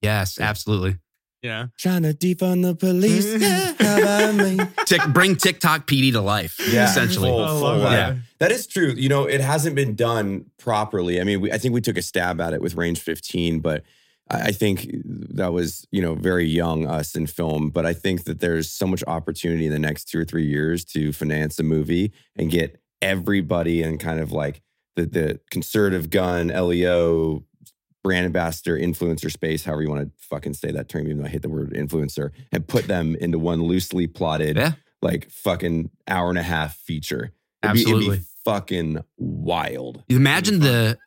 D: Yes, absolutely.
C: you know,
B: trying to defund the police yeah, how about me?
D: Tick, bring TikTok PD to life.
B: Yeah.
D: essentially.
B: Full,
C: I love
B: full
C: that.
B: life. That is true. You know, it hasn't been done properly. I mean, we, I think we took a stab at it with Range 15, but I, I think that was, you know, very young us in film. But I think that there's so much opportunity in the next two or three years to finance a movie and get everybody and kind of like the, the conservative gun, LEO, brand ambassador, influencer space, however you want to fucking say that term, even though I hate the word influencer, and put them into one loosely plotted,
D: Yeah.
B: like fucking hour and a half feature. It'd Be, it'd
D: Absolutely.
B: be fucking wild.
D: Imagine the,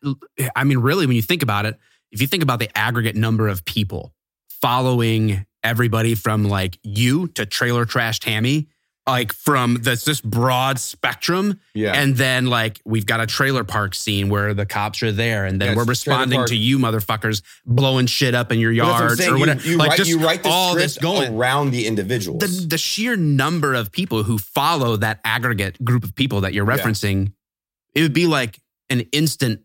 D: I mean, really, when you think about it, if you think about the aggregate number of people following everybody from like you to trailer trashed Hammy, like from this, this broad spectrum.
B: Yeah.
D: And then like we've got a trailer park scene where the cops are there and then
B: Yeah,
D: we're
B: it's trailer
D: responding
B: park.
D: to you motherfuckers blowing shit up in your
B: But that's what I'm
D: yards
B: saying.
D: or whatever.
B: You, you
D: like
B: write,
D: just
B: you write the
D: all this
B: script
D: going.
B: around the individuals.
D: the, the sheer number of people who follow that aggregate group of people that you're
B: Yeah.
D: referencing, it would be like an instant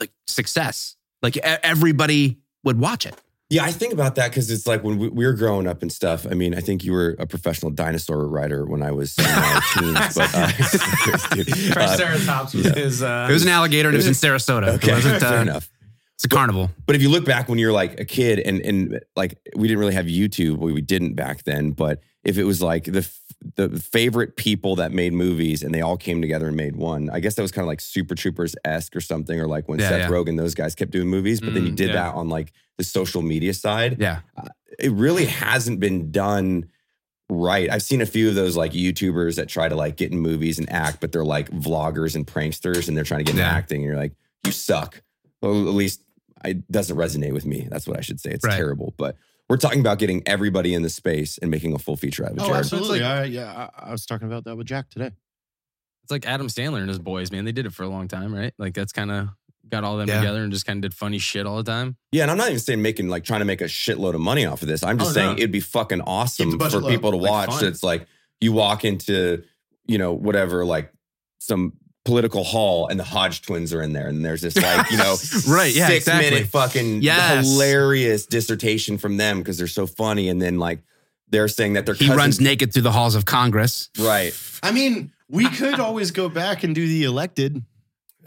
D: like success. Like e- everybody would watch it.
B: Yeah, I think about that because it's like when we, we were growing up and stuff. I mean, I think you were a professional dinosaur rider when I was in my teens. But, uh, dude, uh,
C: Triceratops was
B: yeah.
C: his. Uh,
D: It was an alligator and it was in Sarasota.
B: okay,
D: It wasn't,
B: fair
D: uh,
B: enough.
D: it's a carnival.
B: But if you look back when you're like a kid and and like we didn't really have YouTube, we, we didn't back then, but if it was like the f- the favorite people that made movies and they all came together and made one, I guess that was kind of like Super Troopers esque or something, or like when
D: Yeah,
B: Seth
D: yeah.
B: Rogen those guys kept doing movies, but then you
C: Mm,
B: did
C: yeah.
B: that on like the social media side.
D: Yeah.
B: It really hasn't been done right. I've seen a few of those like YouTubers that try to like get in movies and act, but they're like vloggers and pranksters and they're trying to get into
D: Yeah.
B: acting. And you're like, you suck. Well, at least it doesn't resonate with me. That's what I should say. It's
D: Right.
B: terrible. But we're talking about getting everybody in the space and making a full feature out of it.
E: Oh,
B: Jared.
E: absolutely. I, yeah, I, I was talking about that with Jack today.
C: it's like Adam Sandler and his boys, man. They did it for a long time, right? Like that's kind of got all of them
D: Yeah.
C: together and just kind of did funny shit all the time.
B: Yeah, and I'm not even saying making like trying to make a shitload of money off of this. I'm just
C: Oh,
B: saying
C: no.
B: it'd be fucking awesome
E: Keep
B: for
E: the budget low.
B: people to
C: Like,
B: watch.
C: fun.
B: That's like you walk into, you know, whatever, like some political hall and the Hodge twins are in there and there's this like, you know,
D: Right, yeah,
B: six
D: exactly.
B: minute fucking
D: Yes.
B: hilarious dissertation from them because they're so funny. And then like they're saying that their
D: He
B: cousin-
D: runs naked through the halls of Congress.
B: Right.
E: I mean, we could always go back and do the elected.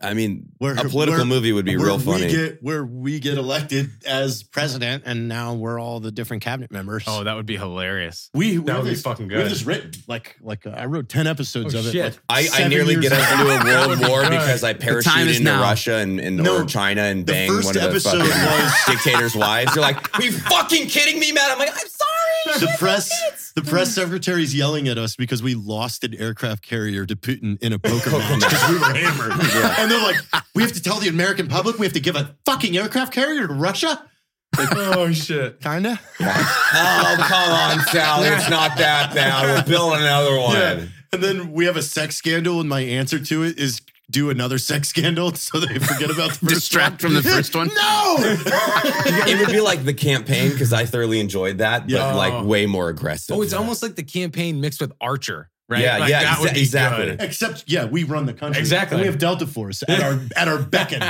B: I mean,
E: Where-
B: a political
E: where-
B: movie would be
E: where
B: real funny.
E: We get, where we get elected as president, and now we're all the different cabinet members.
C: Oh, that would be hilarious.
E: we we
C: that
E: have
C: would be
E: this-
C: fucking
E: we have
C: good.
E: this written like like uh, I wrote ten episodes
C: Oh,
E: of it.
C: shit.
E: like,
B: I, I
E: seven
B: nearly
E: years
B: get us
E: ago.
B: into a world war
C: Good.
B: because I
D: time
B: parachuted
D: is
B: into
D: now.
B: Russia and, and
E: No,
B: or China and
E: the
B: bang
E: first
B: one of the
E: episode
B: fucking
E: was-
B: dictators' wives. You're like, "Are you fucking kidding me, man?" I'm like, "I'm sorry."
E: the press the press secretary's yelling at us because we lost an aircraft carrier to Putin in a poker
B: Oh,
E: match because we were hammered. And they're like, we have to tell the American public we have to give a fucking aircraft carrier to Russia?
C: oh shit.
E: Kinda.
B: oh come on, Sally, it's not that bad. We're building another one.
E: And then we have a sex scandal, and my answer to it is do another sex scandal so they forget about the first
D: Distract
E: one.
D: from the first one.
E: No!
B: It would be like the campaign because I thoroughly enjoyed that, but
C: Yeah.
B: like way more aggressive.
C: Oh, it's almost like the campaign mixed with Archer, right?
B: Yeah,
C: like,
B: yeah,
C: that would
B: exa-
C: be
B: exactly.
C: good.
E: Except, yeah, we run the country.
C: Exactly.
E: And we have Delta Force at our at our beckon.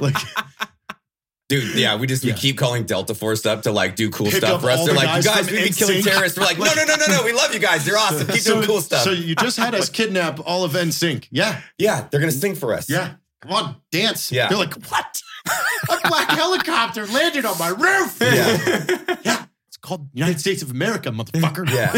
E: like
B: Dude, yeah, we just we
G: Yeah.
B: keep calling Delta Force up to like do cool
E: Pick
B: stuff
E: up
B: for us.
E: all
B: They're
E: the
B: like, you
E: guys
B: guys,
E: from
B: we've been killing
E: NSYNC.
B: terrorists. We're like, no, no, no, no, no, we love you guys. You're awesome. Keep doing cool stuff.
E: So you just had us kidnap all of NSYNC. Yeah.
B: yeah, they're gonna sing for us.
E: Yeah. Come on, dance.
B: Yeah.
E: They're like, what? A black helicopter landed on my roof.
B: yeah,
E: It's called United States of America, motherfucker.
B: yeah.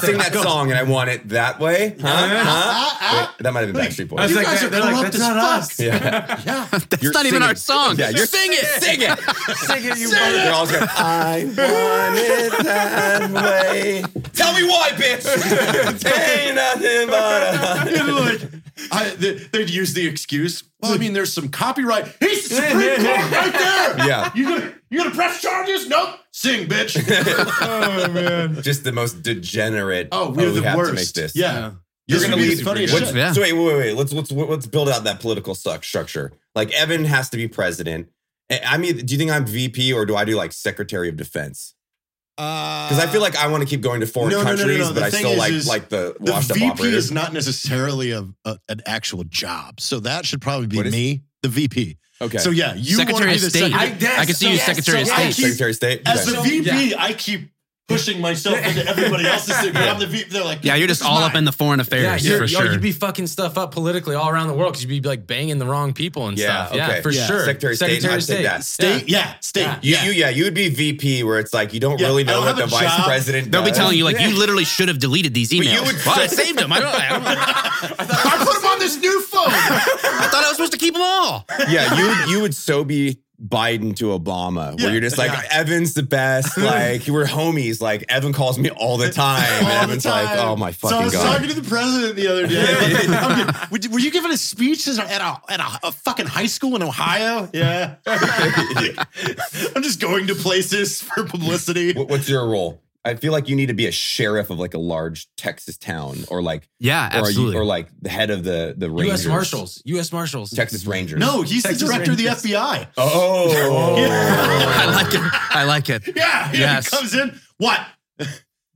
B: sing that song, and I want it that way. Huh? huh?
E: Ah, ah.
B: Wait, that might have been Backstreet Boys.
C: was
E: You
C: like,
E: guys
C: they're-
E: are
C: they're like,
E: corrupt
C: that's
E: as
C: not
E: fuck.
C: us.
B: Yeah,
E: Yeah.
D: That's not even our song.
B: Yeah, you're
D: sing it.
B: sing it,
C: Sing it, you
B: They're all going, I want it that way. Tell me why, bitch. Ain't nothing but a.
E: And like, I, they, they'd use the excuse. Well, I mean, there's some copyright. He's the Supreme Court right there.
B: Yeah,
E: You gonna you gonna press charges? Nope. Sing, bitch.
B: just the most degenerate.
E: Oh, we're the
B: Oh, we have
E: worst.
B: To make this.
E: Yeah.
B: You're
E: This
B: gonna
E: would be
B: leave-
E: the funniest
B: What's-
E: shit.
D: Yeah.
B: So wait, wait, wait, wait. Let's let's let's build out that political suck structure. Like Evan has to be president. I- I mean, do you think I'm VP or do I do like Secretary of Defense? Because Uh, I feel like I want to keep going to foreign
E: no, no, no, no,
B: countries,
E: no.
B: but
E: The
B: I
E: thing
B: still
E: is-
B: like
E: is
B: like the,
E: the
B: washed
E: VP
B: up operator.
E: is not necessarily a, a an actual job, so that should probably be
B: What is-
E: me, the VP.
B: okay,
E: So yeah, you want to
D: Secretary
E: be
D: of
E: the
D: State.
E: secretary.
D: I can see you,
C: Yes,
D: Secretary
E: so
D: of
E: I
D: State.
E: keep-
B: Secretary of State.
E: As
B: Okay.
E: the VP, I keep pushing myself into everybody else's thing. but I'm the VP. They're like,
D: Yeah, you're just all up in the foreign
C: Yeah,
D: affairs
C: you're,
D: for
C: oh,
D: sure.
C: you'd be fucking stuff up politically all around the world because you'd be like banging the wrong people and
B: Yeah,
C: stuff. Yeah,
B: okay.
C: for
E: Yeah.
C: sure.
B: Secretary of State, I'd take that.
E: state. Yeah, state.
C: Yeah.
B: You, you, yeah, you would be VP where it's like you don't
E: Yeah,
B: really know
E: I don't
B: what the
E: have a
B: vice
E: job.
B: president
D: They'll be
B: does.
D: telling you like you literally should have deleted these
B: But
D: emails.
B: you would-
D: Well, I saved them. I don't. I, don't-
E: I put him on this new phone.
D: I thought I was supposed to keep them all.
B: Yeah, you would, you would so be Biden to Obama, where
E: Yeah.
B: you're just like
E: Yeah.
B: Evan's the best. Like we're homies. Like Evan calls me all the time. and
E: all the
B: Evan's like,
E: time.
B: oh my
E: So I
B: fucking
E: was
B: god.
E: talking to the president the other day. I'm like, were, were you giving a speech at a, at a, at a, a fucking high school in Ohio? Yeah. I'm just going to places for publicity.
B: What- what's your role? I feel like you need to be a sheriff of like a large Texas town, or like,
D: Yeah,
B: or, you,
D: absolutely.
B: or like the head of the the Rangers,
C: U.S. Marshals. U.S. Marshals.
B: Texas Rangers.
E: No, he's the
C: Texas
E: director
C: Rangers.
E: of the FBI.
B: Oh,
D: I like it. I like it.
E: Yeah. He
D: Yes.
E: comes in. What?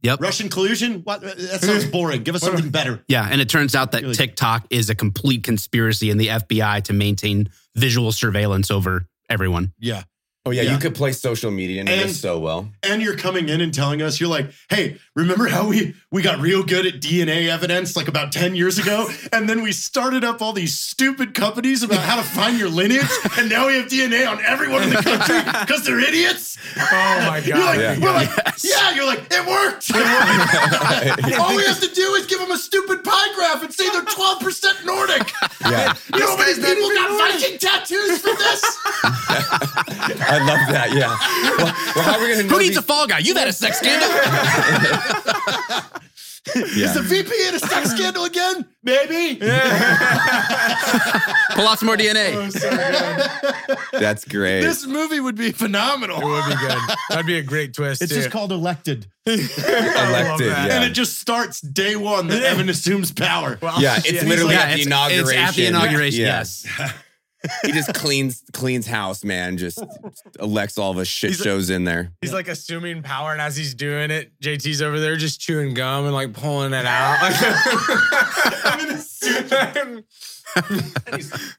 D: Yep.
E: Russian collusion? What? That sounds boring. Give us something better.
D: Yeah, and it turns out that
E: You're like-
D: TikTok is a complete conspiracy in the FBI to maintain visual surveillance over everyone.
E: Yeah.
B: oh yeah,
E: Yeah.
B: You could play social media and, it
E: And-
B: is so well.
E: and you're coming in and telling us you're like hey remember how we we got real good at dna evidence like about 10 years ago and then we started up all these stupid companies about how to find your lineage and now we have dna on everyone in the country because they're idiots
C: Oh my
E: you're like,
C: god.
B: Yeah.
E: we're like, yeah. You're like, it worked. All we have to do is give them a stupid pie graph and say they're twelve percent Nordic.
B: Yeah,
E: You know how many people got Viking tattoos for this?
B: I love that. Yeah. Well, well, how are we gonna? know
D: Who needs
B: these-
D: a fall guy? You've had a sex scandal.
B: Yeah.
E: Is the VP in a sex scandal again? Maybe.
D: Pull out some more DNA.
B: That's great.
E: This movie would be phenomenal.
C: It would be good. That'd be a great twist.
E: It's
C: too.
E: just called elected.
B: Elected.
C: that.
B: Yeah.
E: And it just starts day one that Evan assumes power.
C: Well,
B: yeah, it's
C: he's
B: literally
C: like-
B: at the
D: it's,
B: inauguration.
D: it's at the inauguration.
B: Yeah.
D: Yes.
B: he just cleans cleans house, man. Just elects all of us shit shows in there.
C: He's like assuming power, and as he's doing it, JT's over there just chewing gum and like pulling it out.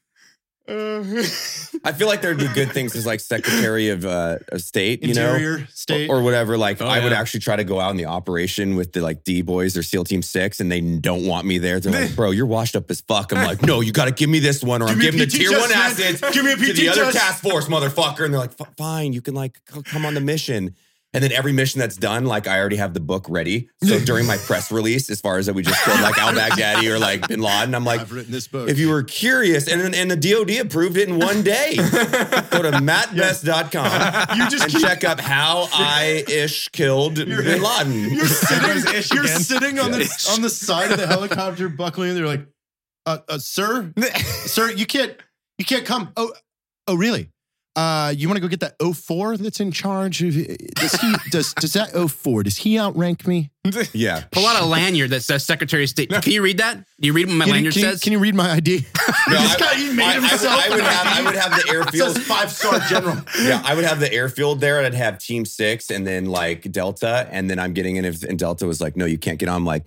B: I feel like there'd be good things as like Secretary of uh, of State, you know,
E: Interior, state.
B: or whatever. Like
C: Oh,
B: I would
C: yeah.
B: actually try to go out in the operation with the like D boys or SEAL Team Six, and they don't want me there. They're like, "Bro, you're washed up as fuck." I'm like, "No, you got to give me this one, or I'm
E: me a
B: giving the
E: PT
B: Tier
E: test,
B: One
E: man.
B: acid
E: Give me a
B: to
E: PT
B: the other
E: test.
B: task force, motherfucker." And they're like, "F- "Fine, you can like c- come on the mission." And then every mission that's done, like I already have the book ready. So during my press release, as far as that we just killed like Al Baghdadi or like Bin Laden, I'm like,
E: written this book.
B: if you were curious, and and the DoD approved it in one day. Go to mattbest.com
E: You just
B: and
E: keep-
B: check up how I ish killed Bin Laden.
E: You're sitting,
C: ish
E: you're
C: again.
E: sitting on the on the side of the helicopter buckling, and they're like, uh, uh, sir, sir, you can't you can't come. Oh, oh really? Uh, you want to go get that 04 that's in charge of uh, does he does does that 04 does he outrank me?
B: Yeah.
D: Pull out a lanyard that says Secretary of State. Can you read that? Do you read what my
E: Can you,
D: lanyard
E: can, you,
D: says?
E: can you read my ID?
B: No, I-
E: This guy, he made
B: I- I would-
E: himself
B: I would
E: an
B: have- I
E: ID.
B: would have the airfield.
E: five star general.
B: Yeah, I would have the airfield there, and I'd have Team Six, and then like Delta, and then I'm getting in. If and Delta was like, "No, you can't get on." I'm like,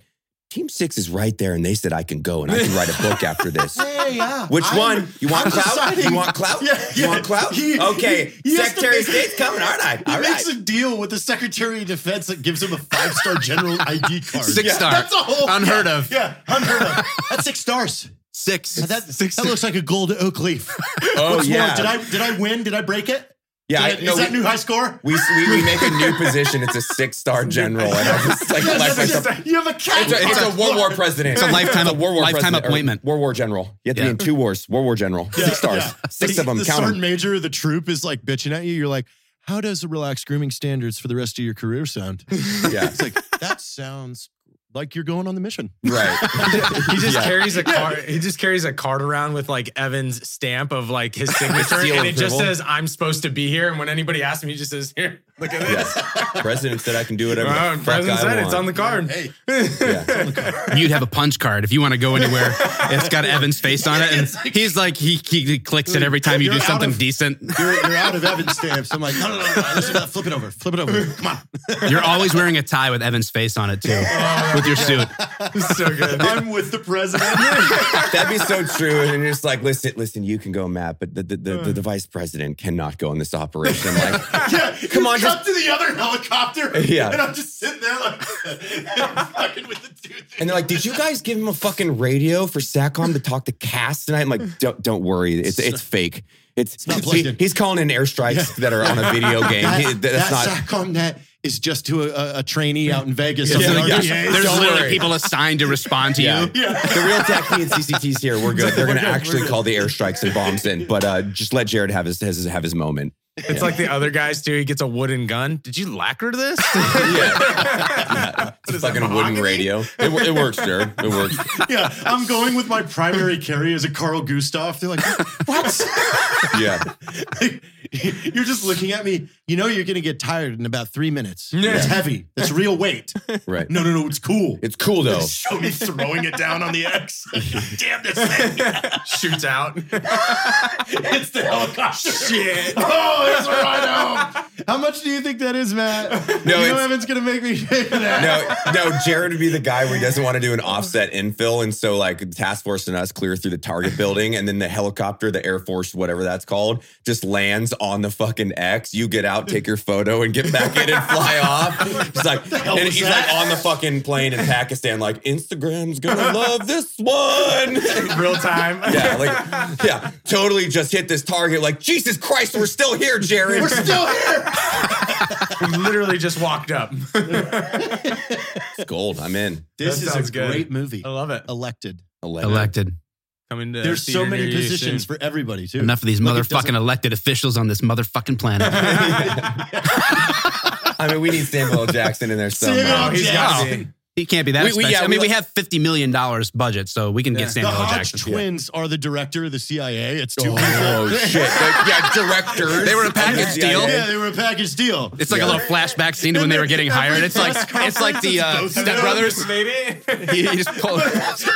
B: Team Six is right there, and they said I can go and I can write a book after this.
E: Yeah, yeah.
B: Which
E: I'm-
B: one? You want
E: I'm
B: clout?
E: deciding-
B: You want clout?
E: Yeah, yeah.
B: You want clout?
E: He-
B: okay.
E: he- he has to
B: Secretary of
E: make-
B: State's coming, aren't I?
E: He
B: All right.
E: makes a deal with the Secretary of Defense that gives him a five star general ID card.
D: Six
E: yeah,
D: star.
E: That's a whole
D: Unheard
E: yeah,
D: of.
E: Yeah, unheard of. That's six stars.
D: Six.
E: That, that looks like a gold oak leaf.
B: oh
E: What's
B: yeah.
E: more, did I did I win? Did I break it?
B: yeah. I,
E: Did I-
B: no,
E: is that
B: we,
E: new high score?
B: we, we we make a new position. It's a six star general, and I just like
E: Yeah,
B: elect
E: that's
B: myself.
E: just- you have a cat.
B: It's a, it's a World War president.
D: It's a lifetime-
B: It's World War
D: lifetime
B: president, or
D: appointment.
B: World War general. You have to
D: Yeah.
B: be in two wars. World War general.
E: Yeah,
B: Six stars.
E: yeah.
B: Six of them.
E: The
B: Count
E: sergeant
B: them.
E: major of the troop is like bitching at you. You're like, how does the relaxed grooming standards for the rest of your career sound?
B: Yeah.
E: It's like that sounds like you're going on the mission.
B: Right.
C: He just
B: Yeah.
C: carries a card. He just carries a card around with like Evan's stamp of like his signature,
B: Seal of
C: and it just
B: approval.
C: says, "I'm supposed to be here." And when anybody asks him, he just says, "Here, look at this."
B: president said I can do whatever.
C: Wow,
B: the fuck
C: President
B: I
C: said
B: want.
C: it's on the card.
E: Hey,
B: Yeah.
D: You'd have a punch card if you want to go anywhere. It's got Evan's face on it, and he's like he, he clicks it every time you do
E: You're out
D: something
E: of-
D: decent.
E: you're, you're out of Evan stamps. I'm like, no, no, no, no. Listen to that. Flip it over. Flip it over. Come on.
D: You're always wearing a tie with Evan's face on it too, with your suit.
C: It's so good.
E: I'm with the president.
B: That'd be so true. And you're just like, listen, listen, you can go, Matt, but the, the, the, the, vice president cannot go on this operation. I'm like,
E: yeah,
B: Come on,
E: Come to the other helicopter.
B: Yeah.
E: And I'm just sitting there like, fucking with the dude.
B: and they're like, did you guys give him a fucking radio for SACOM to talk to Cass tonight? I'm like, don't, don't worry. It's, it's fake. It's,
E: not plugged in.
B: he's calling in airstrikes that are on a video game.
E: that,
B: He- that's not.
E: that SATCOM net is just to a, a, a trainee out in Vegas.
B: Yeah,
E: Something
B: yeah.
E: like
B: Yeah.
E: that.
D: There's
B: Don't
D: literally
B: worry.
D: people assigned to respond to
B: Yeah.
D: you.
B: The real tech and CCT's here. We're good. They're going to
E: We're good, we're
B: actually
E: good.
B: call the airstrikes and bombs in, but uh, just let Jared have his, his have his moment.
C: It's like the other guys too. He gets a wooden gun. Did you lacquer this?
B: It's a fucking wooden radio. It, wor- it works, Jared. It works.
E: yeah, I'm going with my primary carry as a Carl Gustav. They're like,
B: Yeah.
E: you're just looking at me. You know you're gonna get tired in about three minutes.
C: Yeah.
E: It's heavy. That's real weight.
B: Right.
E: No, no, no. It's cool.
B: It's cool though.
E: Show me throwing it down on the X. Damn this thing!
C: Shoots out.
E: It's the helicopter.
C: Shit.
E: Oh, it's right home. How much do you think that is, Matt?
B: No,
E: you know
B: it's-
E: Evan's gonna make me pay for that.
B: No, no, Jared would be the guy where he doesn't want to do an offset infill. And so, like, task force and us clear through the target building, and then the helicopter, the Air Force, whatever that's called, just lands on the fucking X. You get out, take your photo, and get back in and fly off. He's like, and
E: was
B: he's
E: that?
B: like on the fucking plane in Pakistan, like, Instagram's gonna love this one.
C: Real time.
B: Yeah, like, yeah, totally just hit this target. Like, Jesus Christ, we're still here, Jared.
E: We're still here.
C: Literally just walked up.
B: It's gold. I'm in.
E: This
C: That
E: is
C: sounds
E: a
C: good.
E: great movie.
C: I love it.
E: Elected.
B: Eleven.
D: Elected.
C: Coming to a
E: There's so
C: theater
E: many
C: near you
E: positions
C: soon.
E: for everybody too.
D: Enough of these
E: Look, it doesn't-
D: motherfucking elected officials on this motherfucking planet.
B: I mean, we need Samuel L. Jackson in there
E: Samuel
B: somehow.
E: L.
C: Oh, He's got to be.
D: He can't be that
B: We- we-
D: expensive.
B: yeah,
D: I
B: we
D: mean, we
B: like-
D: have fifty million dollars budget, so we can
C: Yeah.
D: get
C: The
E: The
D: Samuel L.
E: Hodge
D: Jackson.
E: twins are the director of the CIA. It's two
B: Oh
E: people.
B: shit! Like, yeah, directors.
D: They were a package
B: Yeah,
D: deal.
E: Yeah, they were a package deal.
D: It's like
B: Yeah.
D: a little flashback scene to when they were getting hired. It's like it's like the uh,
E: Both of
D: Step
E: them.
D: Brothers.
C: Maybe.
D: He, he just pulled.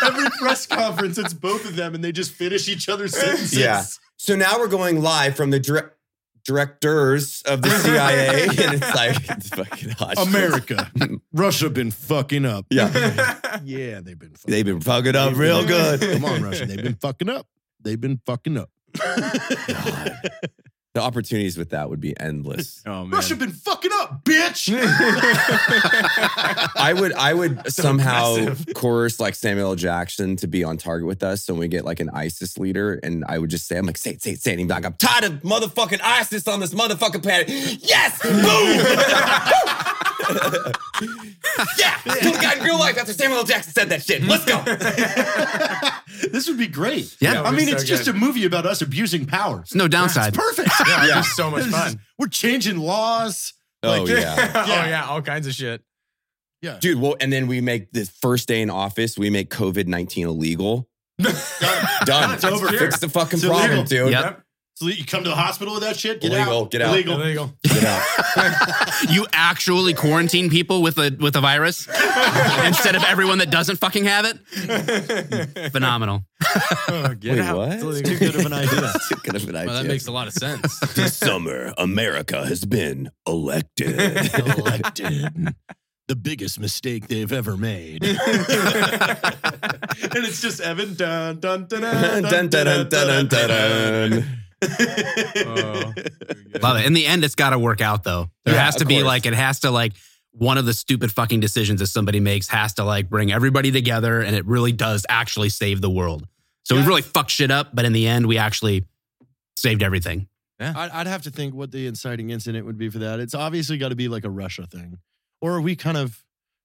E: Every press conference, it's both of them, and they just finish each other's sentences.
B: Yeah. So now we're going live from the direct. Directors of the CIA, and it's like it's fucking hot.
E: America, Russia been fucking up.
B: yeah,
E: Yeah, they've been fucking
B: they've been fucking up real good.
E: Come on, Russia, they've been fucking up. They've been fucking up.
B: The opportunities with that would be endless.
C: Oh, man.
E: Russia been fucking up, bitch.
B: I would, I would somehow
C: aggressive.
B: coerce like Samuel L. Jackson to be on target with us. So when we get like an ISIS leader, and I would just say, I'm like, say it, say it, say it. And he'd be like, I'm tired of motherfucking ISIS on this motherfucking planet. Yes, boom. yeah, do the guy in real life after Samuel L. Jackson said that shit. Let's go.
E: this would be great.
D: Yeah.
E: I mean,
C: so
E: it's just a
C: good.
E: movie about us abusing power.
D: It's no downside.
E: Perfect.
C: Yeah, it'd be so much
E: This is-
C: fun.
E: We're changing laws.
B: Oh yeah.
C: yeah. Oh yeah, all kinds of shit.
B: Dude, well, and then we make the first day in office, we make COVID 19 illegal. Done.
E: It's over.
B: Fix the fucking
E: It's
B: problem,
E: illegal.
B: dude.
D: Yep.
E: So you come to the hospital with that shit. Get
B: Illegal,
E: out.
B: get out.
E: Illegal.
C: Illegal.
B: Get out.
D: You actually quarantine people with a with a virus instead of everyone that doesn't fucking have it. Phenomenal.
C: Oh, get
B: Wait,
C: out.
B: what?
C: It's illegal.
E: Good of an idea.
B: Could have been
C: Well, that
B: idea.
C: makes a lot of sense.
B: this summer, America has been elected.
E: Elected.
G: the biggest mistake they've ever made. and it's just Evan. Dun, dun, dun, dun, dun, dun, dun, dun, dun, dun.
C: Oh,
D: Love it. In the end, it's got to work out though. There
B: Yeah,
D: has to
B: of
D: be
B: course.
D: like it has to like one of the stupid fucking decisions that somebody makes has to like bring everybody together, and it really does actually save the world. So we
G: Yeah.
D: really fucked shit up, but in the end, we actually saved everything.
E: I'd, I'd have to think what the inciting incident would be for that. It's obviously got to be like a Russia thing, or are we kind of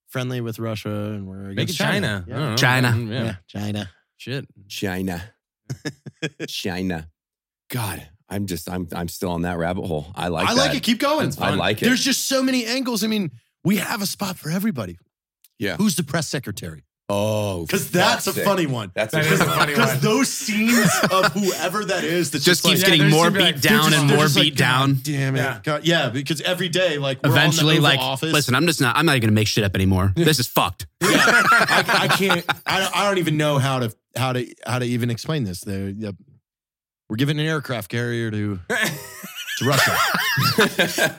E: friendly with Russia and we're
C: Make it
E: against
C: China. I don't know. Mm,
D: China.
C: Yeah.
E: Yeah. China.
C: Shit.
B: China. China. God, I'm just I'm I'm still on that rabbit hole. I like
E: I
B: that.
E: like it. Keep going.
B: I like it.
E: There's just so many angles. I mean, we have a spot for everybody.
B: Yeah.
E: Who's the press secretary?
B: oh,
E: Because that's a
B: fuck's sake.
E: funny one.
B: That's
C: That
B: a,
C: is a
B: good one.
C: funny
E: Because
C: one.
E: those scenes of whoever that is, that's just,
D: Just keeps
E: like,
D: getting
C: there's
D: more
C: gonna be,
D: beat
C: like,
E: they're
D: down
E: just-
D: and
E: they're
D: more
E: just
D: beat
E: like,
D: down.
E: God damn it.
C: Yeah.
E: Yeah, yeah because every day, like, we're
D: Eventually,
E: on the Oval
D: like,
E: office.
D: listen, I'm just not. I'm not even gonna make shit up anymore. This is fucked.
E: I, I can't. I don't, I don't even know how to how to how to even explain this. They're, yep. We're giving an aircraft carrier to to Russia.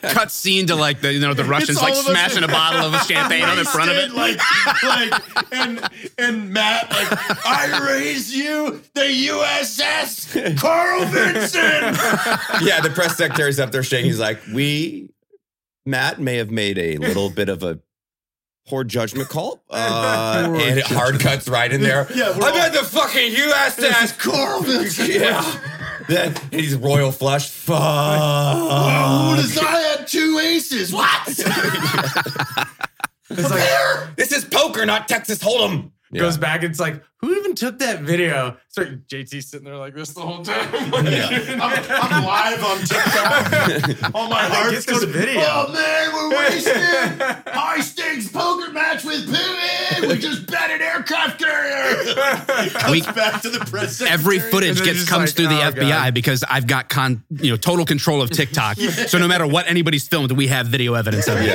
D: Cut scene to like the you know the Russians
E: all
D: like
E: of us-
D: smashing a bottle of champagne on the front of
E: Wasted,
D: it.
E: Like, like, and and Matt, like, I raised you the USS Carl Vinson.
B: yeah, the press secretary's up there shaking. He's like, we Matt may have made a little bit of a poor judgment call. Uh, and it hard cuts right in there.
E: Yeah, we're
B: I bet the fucking USS Carl Vinson. Yeah. Then he's royal flush. Fuck.
E: Oh, does I had two aces? What?
B: This is poker, not Texas Hold'em. Yeah.
C: Goes back. It's like, who even took that video? So JT sitting there like this the whole time.
E: I'm live on TikTok. All my
C: gets
E: heart's
C: this
E: going,
C: video.
E: Oh man, we're wasted. High stakes poker match with Pivot. We just bet an aircraft carrier.
D: We-
E: Back to the press. secretary.
D: every footage
C: they're
D: gets
C: just
D: comes
C: like,
D: through the
C: "Oh,
D: FBI because I've got con you know total control of TikTok. So no matter what anybody's filmed, we have video evidence of it.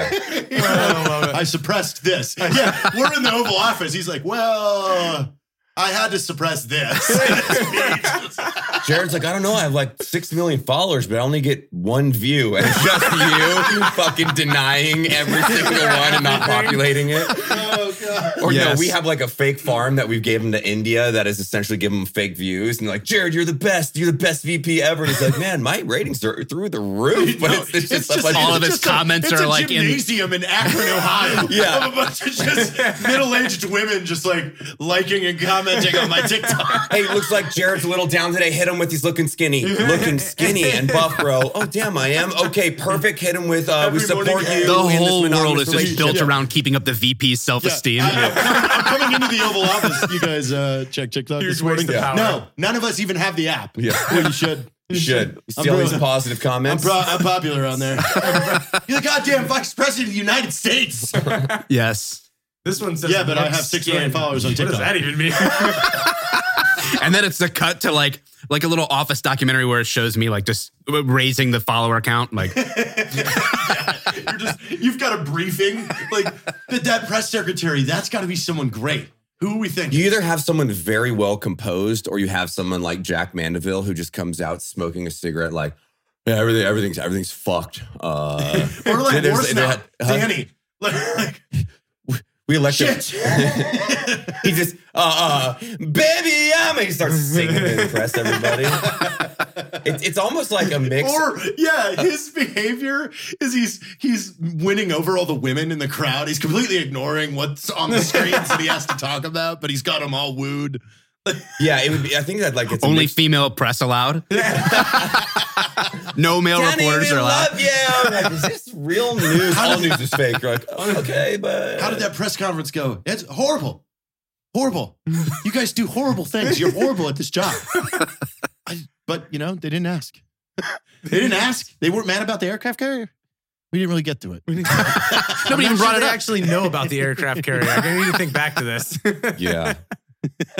B: Yeah.
E: I suppressed this. Yeah, we're in the Oval Office. He's like, well, I had to suppress this.
B: Jared's like, I don't know. I have like six million followers, but I only get one view. And it's just you fucking denying every single one and not populating it.
E: oh god.
B: Or
D: Yes.
B: no, we have like a fake farm that we've given to India that is essentially giving them fake views. And they're like, Jared, you're the best. You're the best VP ever. And he's like, man, my ratings are through the roof. But it's, it's just, a bunch
D: all
B: of-
D: of his
E: just
D: comments
E: it's
D: are
E: a
D: like in-
E: gymnasium in, Akron, Ohio.
B: Yeah.
E: of a bunch of just middle-aged women just like liking and commenting on my TikTok.
B: Hey, looks like Jared's a little down today. Hit him with he's looking skinny, looking skinny and buff, bro. Oh damn, I am. Okay, perfect. Hit him with uh, we
E: Every morning,
B: support you.
D: The
B: in this
D: whole world
B: monogamous
D: is just
B: relationship.
D: built around keeping up the VP's self esteem.
E: I'm coming into the Oval Office. You guys uh, check TikTok
C: Huge
E: this morning.
C: waste of power.
E: No, none of us even have the app.
B: Yeah.
E: well, you should.
B: You should. You
E: I'm
B: see all these
E: bro-
B: positive
E: I'm,
B: comments.
E: pro- I'm popular on there. You're the goddamn vice president of the United States.
D: Yes.
C: This one says,
E: Yeah, but I
C: "Dark
E: have six million
C: skin."
E: followers on
C: What does
E: TikTok.
C: that even mean?
D: And then it's the cut to like like a little office documentary where it shows me like just raising the follower count. I'm Like
E: You're just you've got a briefing. Like the that press secretary, that's gotta be someone great. Who are we thinking?
B: you either have someone very well composed, or you have someone like Jack Mandeville who just comes out smoking a cigarette, like yeah, everything, everything's everything's fucked. Uh,
E: or like
B: there's-
E: worse now,
B: there- huh?
E: Danny. Like, like,
B: we elected.
E: shit.
B: He just uh, uh, baby, I'm. and He starts singing to impress everybody. It's it's almost like a mix.
E: Or yeah, his behavior is he's he's winning over all the women in the crowd. He's completely ignoring what's on the screens that he has to talk about, but he's got them all wooed.
B: yeah, it would be. I think that like it's a
D: only
B: mix-
D: female press allowed. no male
B: Danny,
D: reporters
B: we
D: are allowed.
B: love you. I'm like, is this real news? All news is fake. You're like, oh, okay, but
E: How did that press conference go? It's horrible. Horrible. You guys do horrible things. You're horrible at this job. I, but, you know, they didn't ask. They didn't ask. They weren't mad about the aircraft carrier. We didn't really get to it.
D: Nobody even brought it
C: they
D: up.
C: actually know about the aircraft carrier. I need to think back to this.
B: Yeah.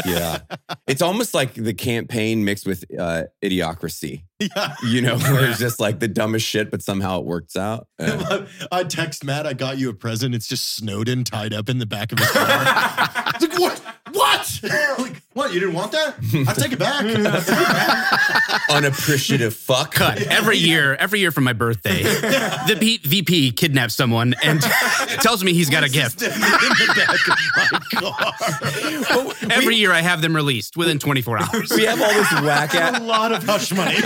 B: Yeah. It's almost like the campaign mixed with uh, idiocracy,
E: Yeah.
B: you know, where it's just like the dumbest shit, but somehow it works out. Uh, Yeah.
E: I text Matt, I got you a present. It's just Snowden tied up in the back of his car. It's like, what? What? like, What? You didn't want that? I take it back.
B: Unappreciative fuck.
D: Cut every year, every year for my birthday. The P- VP kidnaps someone and tells me he's got a gift. Every year I have them released within 24 hours.
B: We have all this whack at
E: a lot of hush money.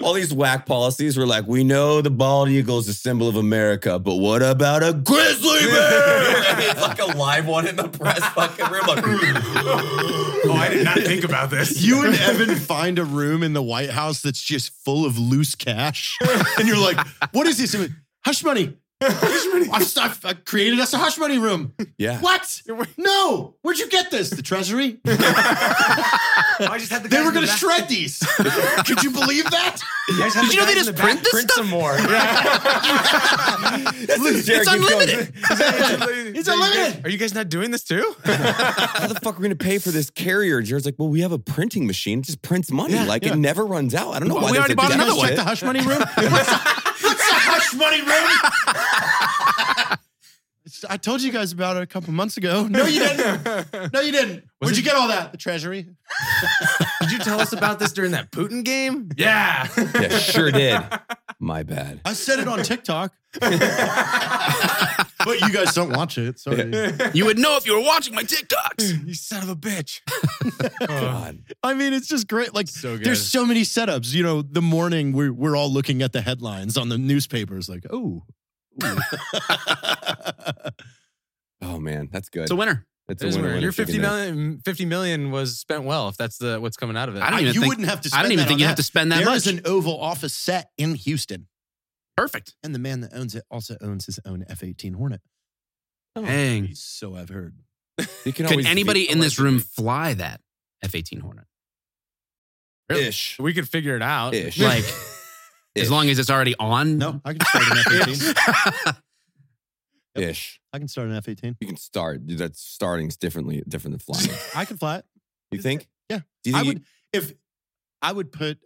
B: all these whack policies. We're like, we know the bald eagle is a symbol of America, but what about a grizzly bear? it's like a live one in the press fucking room.
C: Oh, I did not think about this.
E: You and Evan find a room in the White House that's just full of loose cash, and you're like, "What is this? Hush money." Hush money. I, I created us a hush money room.
B: yeah.
E: What? No. Where'd you get this? The Treasury?
H: I just had the
E: They
H: guys
E: were
H: in the
E: going to
H: back-
E: shred these. Could you believe that?
H: You guys had
D: Did
H: the
D: you know they
H: guys in
D: just
H: the back
D: print this
H: print some more.
B: Jared,
D: It's
B: keep going.
D: unlimited.
E: It's unlimited.
C: Are you guys not doing this too?
B: How the fuck are we gonna pay for this carrier? Jared's like, well, we have a printing machine. It just prints money. like
E: yeah.
B: it never runs out. I don't know why. there's
D: we already
B: a
D: bought
B: debt
D: another
B: on
D: one.
B: it.
E: Check the hush money room. What's a, what's a hush money room? It's- I told you guys about it a couple months ago. No, you didn't. No, you didn't. Where'd you get all that? The Treasury.
C: Did you tell us about this during that Putin game? Yeah.
B: Yeah, sure did. My bad.
E: I said it on TikTok. but you guys don't watch it. Sorry.
D: You would know if you were watching my
E: Hmm.
D: TikToks.
C: you son of a bitch.
B: God.
E: I mean, it's just great. Like,
C: So good.
E: there's so many setups. You know, the morning we're, we're all looking at the headlines on the newspapers, like, oh.
B: Oh man, that's good.
D: It's a winner.
B: it's
C: It is weird.
B: winner-winner
C: Your
B: chicken
C: 50
B: dinner.
C: million, 50 million was spent well, if that's the what's coming out of it.
D: I don't even
E: you
D: think-
E: wouldn't have to spend
D: I don't even
E: that
D: think
E: on
D: you
E: that.
D: have to spend that
E: There
D: much.
E: is an Oval Office set in Houston,
D: Perfect.
E: and the man that owns it also owns his own F 18 Hornet.
D: Dang.
E: So I've heard.
B: You can
D: Could
B: always
D: anybody
B: be-
D: in this room fly that F 18 Hornet?
B: ish?
C: we could figure it out.
B: Ish.
D: Like,
B: Ish.
D: as long as it's already on.
E: No, I can start an F 18.
B: ish.
E: I can start an F 18.
B: You can start. Dude, That's starting's differently different than flying.
E: I can fly it.
B: You think?
E: Yeah.
B: Do you
E: I
B: think you-
E: would if I would put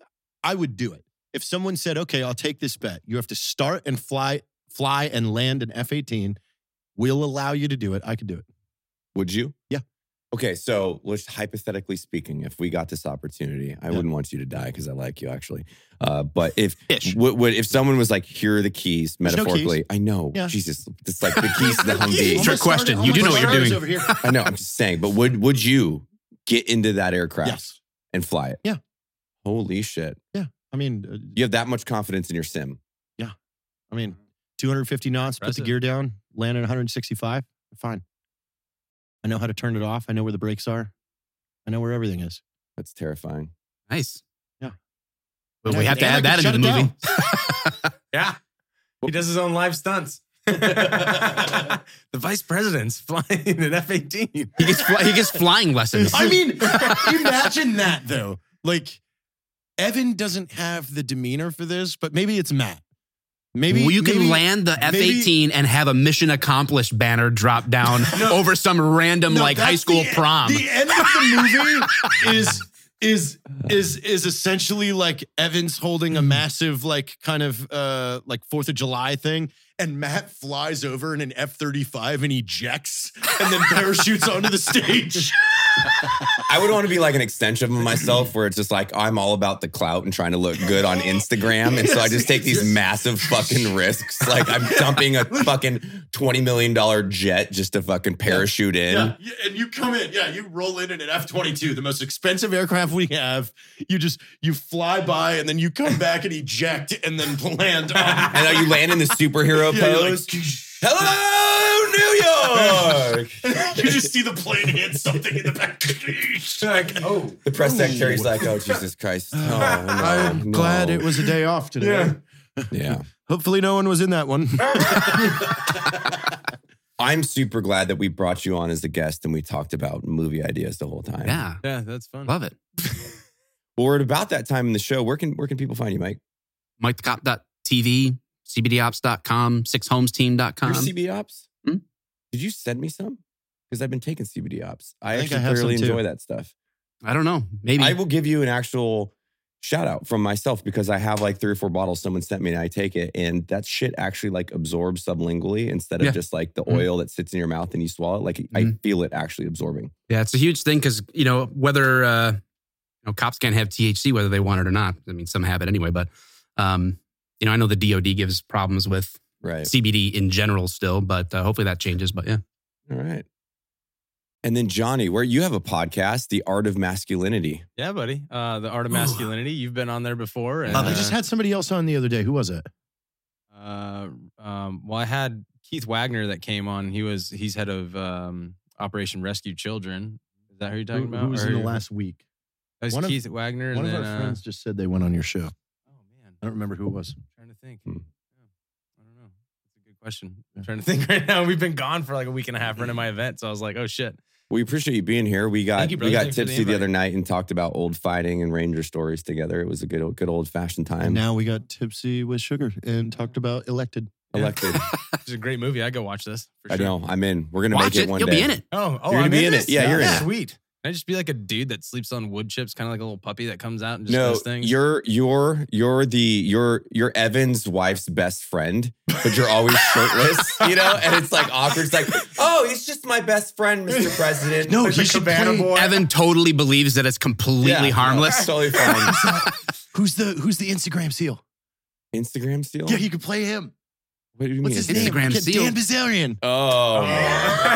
E: I would do it. If someone said, "Okay, I'll take this bet. You have to start and fly fly and land an F-18. We'll allow you to do it. I could do it."
B: Would you?
E: Yeah.
B: Okay, so let's hypothetically speaking, if we got this opportunity, I
E: Yeah.
B: wouldn't want you to die because I like you actually. Uh, but if
D: Ish.
B: would, would if someone was like, here are the keys,
E: There's no keys.
B: metaphorically, I know,
E: Yeah.
B: Jesus, it's like the keys to the Humvee.
D: Trick question. You do know what you're doing.
E: Over here.
B: I know, I'm just saying, but would would you get into that aircraft
E: yes.
B: and fly it?
E: Yeah.
B: Holy shit!
E: I mean, uh,
B: You have that much confidence in your sim.
E: I mean, 250 knots, put
C: Impressive.
E: the gear down, land at 165. Fine. I know how to turn it off. I know where the brakes are. I know where everything is.
B: That's terrifying.
D: Nice.
E: Yeah.
D: But
E: And
D: we
E: I-
D: have to
E: and I
D: add that
E: can
D: into the
E: shut it
D: movie.
C: Yeah. He does his own live stunts. the vice president's flying an F 18.
D: He gets, fly, he gets flying lessons.
E: I mean, imagine that though. Like, Evan doesn't have the demeanor for this, but maybe it's Matt. Maybe
D: Well, you can
E: maybe-
D: land the F
E: maybe-
D: 18 and have a mission accomplished banner drop down over some random
E: No,
D: like high
E: that's
D: school
E: the-
D: prom.
E: The end of the movie is is is is essentially like Evan's holding a
D: Hmm.
E: massive like kind of uh like Fourth of July thing, and Matt flies over in an F thirty five and ejects, and then parachutes onto the stage.
B: I would want to be like an extension of myself where it's just like I'm all about the clout and trying to look good on Instagram. And so I just take these massive fucking risks. Like I'm dumping a fucking $20 million jet just to fucking parachute in.
E: Yeah, you- and you come in, yeah, you roll in in an F twenty two, the most expensive aircraft we have. You just you fly by, and then you come back and eject, and then land on.
B: And now you land in the superhero
E: Yeah, you're
B: pose. Hello, New York.
E: like, you just see the plane hit something in the back.
C: Like, oh.
B: The press secretary's like, oh, Jesus Christ. Oh, no,
E: I'm glad
B: no."
E: it was a day off today.
B: Yeah.
E: Hopefully, no one was in that one.
B: I'm super glad that we brought you on as a guest and we talked about movie ideas the whole time.
D: yeah.
C: Yeah, that's fun.
D: Love it.
B: Well, we're at about that time in the show. Where can where can people find you, Mike?
D: MikeTheCop.tv, CBDOps.com,
B: Your
D: SixHomesTeam.com.
B: CB ops?
D: Uh-huh. Hmm?
B: Did you send me some? Because I've been taking CBD ops. I,
E: I think
B: actually
E: I have
B: thoroughly
E: some, too.
B: enjoy that stuff.
D: I don't know. Maybe.
B: I will give you an actual shout out from myself because I have like three or four bottles someone sent me and I take it and that shit actually like absorbs sublingually instead of
D: Yeah.
B: just like the
D: Mhm.
B: oil that sits in your mouth and you swallow it. Like I
D: Mhm.
B: feel it actually absorbing.
D: Yeah, it's a huge thing because you know whether uh, you know cops can't have THC whether they want it or not. I mean, some have it anyway, but um, you know, I know the DoD gives problems with
B: Right.
D: CBD in general still, but uh, hopefully that changes. But yeah,
B: All right. And then Johnny, where you have a podcast, The Art of Masculinity.
C: Yeah, buddy. Uh, the art of masculinity. You've been on there before. And,
E: I just
C: uh,
E: had somebody else on the other day. Who was it?
C: uh, um, well, I had Keith Wagner that came on. He was he's head of um, Operation Rescue Children. Is that who you're talking
E: Who,
C: about?
E: who was
C: Or
E: in the
C: who-
E: last week?
C: that was
E: one of-
C: Keith Wagner. And
E: One
C: then,
E: of our
C: uh,
E: friends just said they went on your show. I
C: Oh man,
E: don't remember who it was.
C: trying to think.
B: Hmm.
C: Yeah, I don't know. That's a good question.
E: Yeah.
C: I'm trying to think right now. We've been gone for like a week and a half running my event, so I was like, oh shit.
B: We appreciate you being here. We got
C: Thank you,
B: we
C: brother.
B: got
C: Thanks for the
B: tipsy the,
C: invite.
B: other night and talked about old fighting and ranger stories together. It was a good old- good old fashioned time.
E: And now we got tipsy with sugar and talked about elected.
B: Elected.
C: It's a great movie. I go watch this. For
B: I
C: sure.
B: know. I'm in. We're gonna make
D: watch
B: it,
D: it.
B: one
D: You'll
B: day.
D: be in it.
C: Oh, oh,
B: You're gonna
C: I'm
B: be in it.
C: this?
B: Yeah, you're in it.
C: Sweet. Can I just be like a dude that sleeps on wood chips, kind of like a little puppy that comes out and just
B: No,
C: does things?
B: you're you're you're the you're you're Evan's wife's best friend, but you're always shirtless, you know. And it's like awkward. It's like, oh, he's just my best friend, Mr. President.
E: No,
B: Like
E: he
B: the
E: should
B: cabana
E: play-
B: boy.
D: Evan totally believes that it's completely
B: Yeah, no,
D: harmless.
B: it's totally fine.
E: Who's the Who's the Instagram seal?
B: Instagram steal.
E: Yeah, you could play him.
B: what do you mean?
E: What's his name?
D: Instagram
E: Get
D: seal.
E: Dan Bazarian.
B: Oh,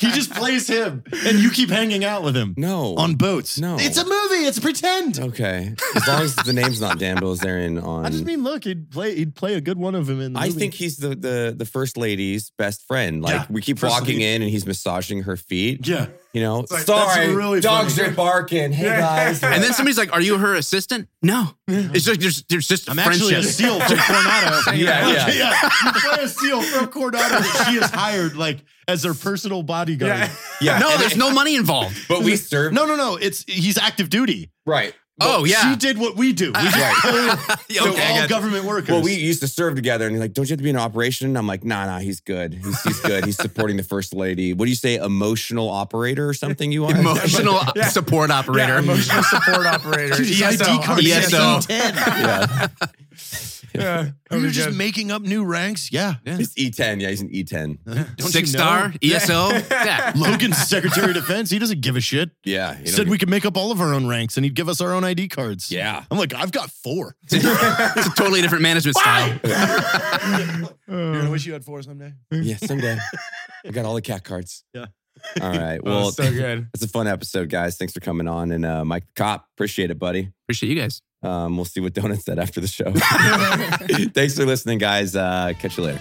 E: He just plays him, and you keep hanging out with him
B: no.
E: on boats.
B: No.
E: it's a movie. It's pretend.
B: okay, as long as the name's not Dan Bilzerian on.
E: I just mean, look, he'd play. He'd play a good one of him in. The
B: I
E: movie.
B: think he's the, the the first lady's best friend. Like
E: Yeah,
B: we keep
E: first
B: walking
E: lady.
B: in and he's massaging her feet.
E: Yeah.
B: You know,
E: like, that's
B: sorry,
E: really
B: dogs
E: funny.
B: are barking. Hey guys,
D: And then somebody's like, "Are you her assistant?" No, it's just there's, there's just a
E: I'm
D: friendship.
E: actually a seal from Coronado.
B: Yeah, yeah.
E: You play a seal from Coronado that she has hired like as her personal bodyguard.
B: yeah,
D: no,
B: and-
D: there's no money involved.
B: but we serve
E: No, no, no. It's he's active duty.
B: right.
D: oh yeah,
E: She did what we do. We just
B: Right.
D: Yeah,
E: so
D: okay, I
E: all
D: got-
E: government workers.
B: Well, we used to serve together, and he's like, "Don't you have to be in operation?" And I'm like, "Nah, nah, he's good. He's, he's good. He's supporting the first lady. What do you say, emotional operator or something? You are
D: emotional support operator.
C: Yeah, emotional support operator.
E: Dude,
C: ESO.
E: ID card
D: Yeah,
E: says
C: oh.
D: so-
E: 10.
B: yeah,
C: Yeah.
E: Are you just making up new ranks? Yeah.
B: he's E10. E Yeah, he's an E10.
E: Don't you
D: Six
E: know?
D: star ESO. Yeah.
E: Logan's Secretary of Defense. He doesn't give a shit.
B: Yeah, you know,
E: Said we could make up all of our own ranks and he'd give us our own ID cards.
B: yeah.
E: I'm like, I've got four.
D: it's a totally different management style.
E: You're gonna wish you had four someday.
B: Yeah, someday. I got all the cat cards.
E: Yeah.
B: All right.
C: Well,
B: Well,
C: so good.
B: that's a fun episode, guys. Thanks for coming on. And uh, Mike the Cop, appreciate it, buddy.
D: Appreciate you guys.
B: Um, we'll see what Donut said after the show. Thanks for listening, guys. Uh, catch you later.